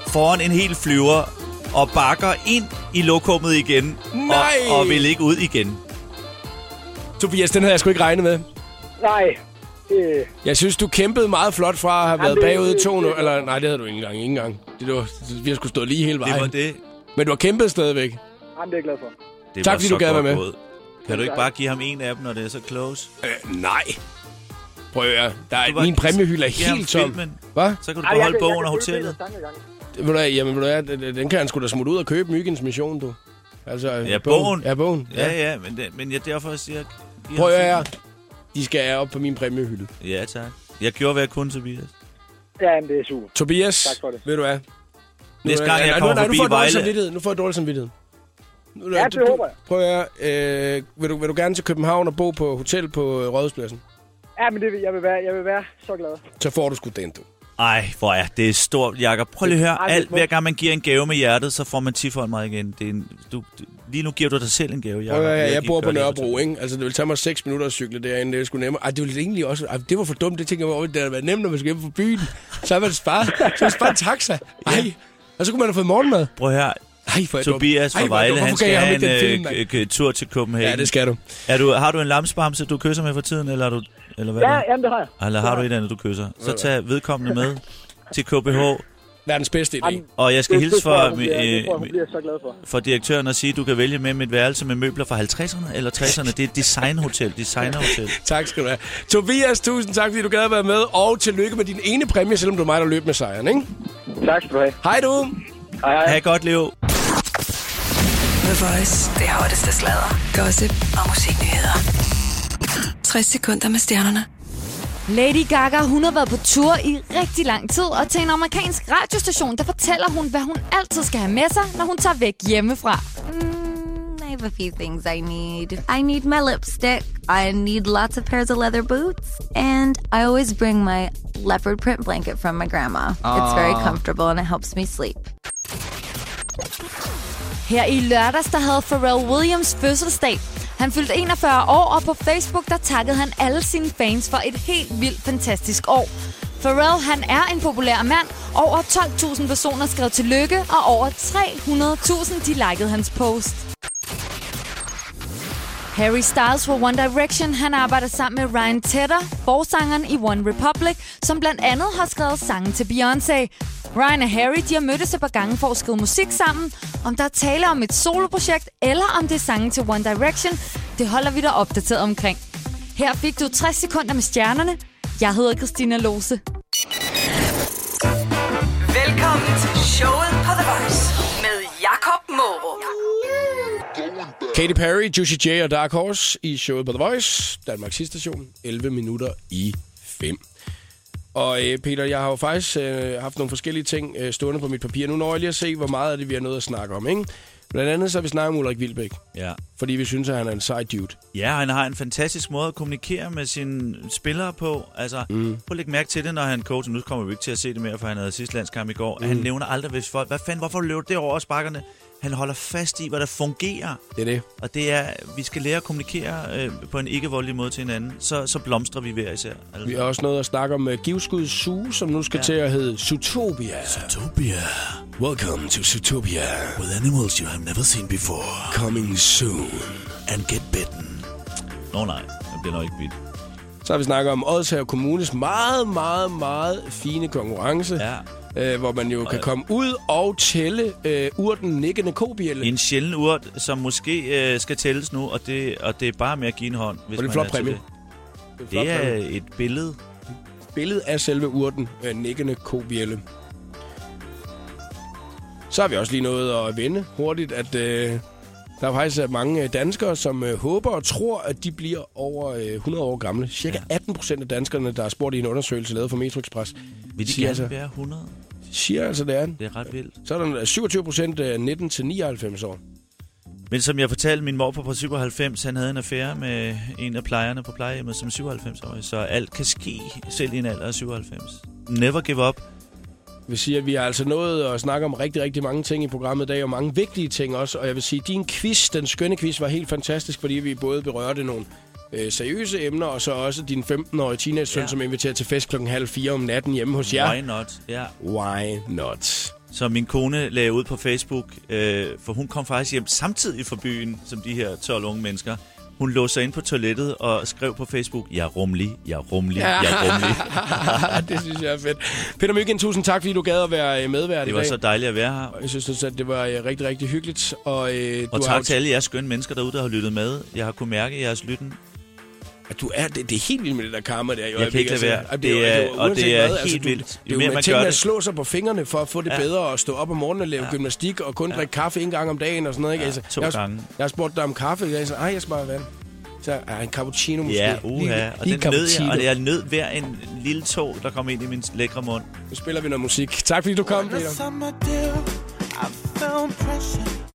Speaker 2: foran en hel flyver og bakker ind i lokummet igen
Speaker 1: Nej!
Speaker 2: og, og vil ikke ud igen.
Speaker 1: Tobias, den havde jeg sgu ikke regnet med.
Speaker 11: Nej. Det,
Speaker 1: Jeg synes, du kæmpede meget flot fra at have været
Speaker 11: det-
Speaker 1: bagud 2-0. Eller nej, det havde du ikke engang. Ikke engang. Det, det var, vi har sgu stået lige hele vejen.
Speaker 2: Det var det.
Speaker 1: Men du har kæmpet stadigvæk.
Speaker 11: jamen, det er jeg glad for.
Speaker 2: det
Speaker 1: Tak,
Speaker 2: var
Speaker 1: fordi
Speaker 2: så
Speaker 1: du gad
Speaker 2: godt
Speaker 1: være med.
Speaker 2: gået. Kan du ikke bare give ham en af dem, når det er så close?
Speaker 1: Øh, nej. Prøv at høre. Der
Speaker 2: Du
Speaker 1: er,
Speaker 2: var-
Speaker 1: min præmiehylde er
Speaker 2: Giv ham
Speaker 1: helt tom.
Speaker 2: filmen.
Speaker 1: Hvad?
Speaker 2: Så kan du beholde bogen og hotellet.
Speaker 1: Ved du, hvad, jamen, ved du, hvad, den- den- den kan han sgu da smutte ud og købe Myggens Mission, du. Altså,
Speaker 2: Ja, bogen.
Speaker 1: Ja, bogen.
Speaker 2: Ja, ja, men, det, men jeg derfor siger... jeg, giv ham
Speaker 1: Prøv at høre,
Speaker 2: filmen.
Speaker 1: her. I skal op på min præmiehylde.
Speaker 2: Ja, tak. Jeg gjorde, hvad jeg kunne, Tobias.
Speaker 11: Ja, men det er super.
Speaker 1: Tobias,
Speaker 11: Tak for det.
Speaker 1: ved du hvad? Nu
Speaker 2: Næste
Speaker 1: er-
Speaker 2: gang, jeg
Speaker 1: nej, nu-
Speaker 2: kommer
Speaker 1: nej, nu
Speaker 2: forbi
Speaker 1: får jeg dårlig
Speaker 2: Vejle-
Speaker 1: samvittighed. Nu får jeg dårlig samvittighed. Nu,
Speaker 11: Ja, det
Speaker 1: du- du-
Speaker 11: håber jeg.
Speaker 1: Prøv at høre, øh, vil, du, vil du gerne til København og bo på hotel på øh, Rådhuspladsen?
Speaker 11: Ja, men det, vil- jeg, vil være, jeg vil være så glad.
Speaker 1: Så får du sgu den, du.
Speaker 2: Ej, hvor er det stort, Jakob. Prøv lige at høre,
Speaker 11: Ej, det er
Speaker 2: alt,
Speaker 11: smukt.
Speaker 2: hver gang man giver en gave med hjertet, så får man tifold meget igen. Det er en, du, du, lige nu giver du dig selv en gave, Jakob.
Speaker 1: Prøv at høre,
Speaker 2: Ved
Speaker 1: her,
Speaker 2: at
Speaker 1: jeg
Speaker 2: give-
Speaker 1: bor
Speaker 2: gøre
Speaker 1: på
Speaker 2: det for
Speaker 1: Nørrebro, ikke? Altså, det vil tage mig 6 minutter at cykle derinde. Det er sgu nemmere. Ej, det ville egentlig også... Ej, det var for dumt. Det tænker jeg, over. det havde været nemt, når man skulle hjem fra byen. Så har man sparet. Så har man sparet en taxa. Ej, og så kunne man have fået morgenmad.
Speaker 2: Prøv at høre,
Speaker 1: Ej, for
Speaker 2: Tobias fra Vejle, han skal have en
Speaker 1: film,
Speaker 2: øh, k- k- tur til Copenhagen.
Speaker 1: Ja, det skal du.
Speaker 2: Er du, har du en lamsbamse, du kysser med for tiden, eller, er du, eller hvad er
Speaker 11: Ja,
Speaker 2: det?
Speaker 11: jamen, det har jeg.
Speaker 2: Eller har du et eller andet, du kysser? Så tag vedkommende med til KBH.
Speaker 1: Verdens bedste idé.
Speaker 11: Jamen,
Speaker 2: Og jeg skal
Speaker 11: det-
Speaker 2: hilse
Speaker 11: det tror jeg, hun
Speaker 2: for,
Speaker 11: bliver- Det tror jeg,
Speaker 2: øh,
Speaker 11: hun bliver så glad for.
Speaker 2: for direktøren og sige, at du kan vælge med mit værelse med møbler fra 50'erne eller 60'erne. Det er et designhotel, designerhotel.
Speaker 1: Tak skal du have. Tobias, tusind tak, fordi du gad at være med. Og tillykke med din ene præmie, selvom du er mig, der løb med sejren, ikke?
Speaker 11: Tak skal du have.
Speaker 1: Hej du!
Speaker 11: Hej, hej.
Speaker 2: Ha' et godt, Leo.
Speaker 3: The Voice. Det hotteste sladder, gossip og musiknyheder. 60 sekunder med stjernerne.
Speaker 5: Lady Gaga, hun har været på tur i rigtig lang tid, og til en amerikansk radiostation, der fortæller hun, hvad hun altid skal have med sig, når hun tager væk hjemmefra.
Speaker 6: Mm, I have a few things I need. I need my lipstick. I need lots of pairs of leather boots. And I always bring my leopard print blanket from my grandma. It's very
Speaker 3: Ah.
Speaker 6: comfortable and it helps me sleep.
Speaker 5: Her i lørdags, der havde Pharrell Williams fødselsdag. Han fyldte 41 år, og på Facebook, der takkede han alle sine fans for et helt vildt fantastisk år. Pharrell, han er en populær mand. Over 12.000 personer skrev tillykke, og over 300.000, de likede hans post. Harry Styles fra One Direction, han arbejder sammen med Ryan Tedder, forsangeren i One Republic, som blandt andet har skrevet sange til Beyoncé. Ryan og Harry de har mødtes et par gange for at skrive musik sammen. Om der er tale om et soloprojekt, eller om det er sange til One Direction, det holder vi dig opdateret omkring. Her fik du 60 sekunder med stjernerne. Jeg hedder Christina Lose.
Speaker 12: Velkommen til showet på The Voice med Jakob Morup.
Speaker 1: Katy Perry, Juicy J og Dark Horse i showet på The Voice, Danmarks sidste station, 11 minutter i 5. Og øh, Peter, jeg har jo faktisk øh, haft nogle forskellige ting øh, stående på mit papir. Nu når jeg lige at se, hvor meget af det, vi har nået at snakke om, ikke? Blandt andet så har vi snakket om Ulrik Vilbæk,
Speaker 2: Ja.
Speaker 1: fordi vi synes, at han er en sej dude.
Speaker 2: Ja, og han har en fantastisk måde at kommunikere med sine spillere på. Altså, mm. prøv at lægge mærke til det, når han coacher. Nu kommer vi ikke til at se det mere, for han havde sidste landskamp i går. Mm. Han nævner aldrig, hvis folk... Hvad fanden, hvorfor løb det over sparkerne? Han holder fast i, hvad der fungerer.
Speaker 1: Det er det.
Speaker 2: Og det er, vi skal lære at kommunikere øh, på en ikke-voldelig måde til hinanden. Så, så blomstrer vi hver især. Altså.
Speaker 1: Vi har også noget at snakke om uh, Givskud Zoo, som nu skal ja. til at hedde Zootopia. Zootopia. Welcome to Zootopia. With animals you have never seen before. Coming soon. And get bitten.
Speaker 2: Nå nej, det bliver nok ikke vidt.
Speaker 1: Så har vi snakket om Odsherre Kommunes meget, meget, meget fine konkurrence. Ja. Øh, hvor man jo kan komme ud og tælle øh, urten nikkende kobjælle.
Speaker 2: En sjælden urt, som måske øh, skal tælles nu, og det, og det er bare med at give en hånd. Hvis
Speaker 1: Og det er en flot
Speaker 2: man til
Speaker 1: præmie.
Speaker 2: Det,
Speaker 1: Det er en flot
Speaker 2: det er
Speaker 1: præmie.
Speaker 2: et billede.
Speaker 1: billede af selve urten, øh, nikkende kobjælle. Så har vi også lige nået at vende hurtigt, at øh, der er faktisk øh, mange øh, danskere, som øh, håber og tror, at de bliver over øh, 100 år gamle. Cirka 18 procent af danskerne, der er spurgt i en undersøgelse lavet for Metro Express,
Speaker 2: Vil de
Speaker 1: siger,
Speaker 2: gerne
Speaker 1: altså,
Speaker 2: være 100?
Speaker 1: siger altså, det er den.
Speaker 2: Det er ret vildt.
Speaker 1: Så er der 27 procent øh, 19-99 år.
Speaker 2: Men som jeg fortalte, min morfar på 97, han havde en affære med en af plejerne på plejehjemmet som 97-årig, så alt kan ske, selv i en alder af 97. Never give up.
Speaker 1: vil sige, at vi har altså nået at snakke om rigtig, rigtig mange ting i programmet i dag, og mange vigtige ting også. Og jeg vil sige, at din quiz, den skønne quiz, var helt fantastisk, fordi vi både berørte nogle øh, seriøse emner, og så også din 15-årige teenage-søn, ja.
Speaker 2: Ja.
Speaker 1: som inviterer til fest klokken halv fire om natten hjemme hos jer.
Speaker 2: Why not? Ja.
Speaker 1: Why not?
Speaker 2: Så min kone lagde ud på Facebook, øh, for hun kom faktisk hjem samtidig fra byen, som de her 12 unge mennesker. Hun lå sig ind på toilettet og skrev på Facebook, jeg er rumlig, jeg er rumlig, jeg er rumlig.
Speaker 1: det synes jeg er fedt. Peter Myggen, tusind tak, fordi du gad at være øh, medvært
Speaker 2: Det
Speaker 1: i
Speaker 2: var
Speaker 1: dag.
Speaker 2: så dejligt at være her.
Speaker 1: Jeg synes, at det var øh, rigtig, rigtig hyggeligt. Og, øh,
Speaker 2: Og
Speaker 1: du
Speaker 2: tak
Speaker 1: har...
Speaker 2: til alle jeres skønne mennesker derude, der har lyttet med. Jeg har kunnet mærke jeres lytten.
Speaker 1: at du er, det, det er helt vildt med det der karma der. i
Speaker 2: Jeg kan ikke
Speaker 1: øjeblikket,
Speaker 2: lade være.
Speaker 1: altså. Ej,
Speaker 2: Det
Speaker 1: jo-
Speaker 2: er,
Speaker 1: jo
Speaker 2: og
Speaker 1: uanset
Speaker 2: det er
Speaker 1: hvad, altså,
Speaker 2: helt
Speaker 1: du-
Speaker 2: vildt.
Speaker 1: Det er jo
Speaker 2: mere
Speaker 1: med
Speaker 2: man
Speaker 1: ting
Speaker 2: gør
Speaker 1: med at
Speaker 2: det,
Speaker 1: slå sig på fingrene for at få det
Speaker 2: Ja.
Speaker 1: bedre, og stå op om morgenen og lave gymnastik, og kun drikke kaffe en gang om dagen og sådan noget. Ikke? Altså,
Speaker 2: to
Speaker 1: jeg, har-
Speaker 2: gange.
Speaker 1: Jeg har spurgt dig om kaffe, og jeg sagde, ej, jeg sparer vand. Så ej, en cappuccino måske.
Speaker 2: Ja, uha. Og, den nød jeg,
Speaker 1: cappuccino.
Speaker 2: og jeg nød hver en lille tog, der kom ind i min lækre mund.
Speaker 1: Nu spiller vi noget musik. Tak fordi du kom,
Speaker 13: When the
Speaker 1: Peter.
Speaker 13: summer dew, I felt pressure.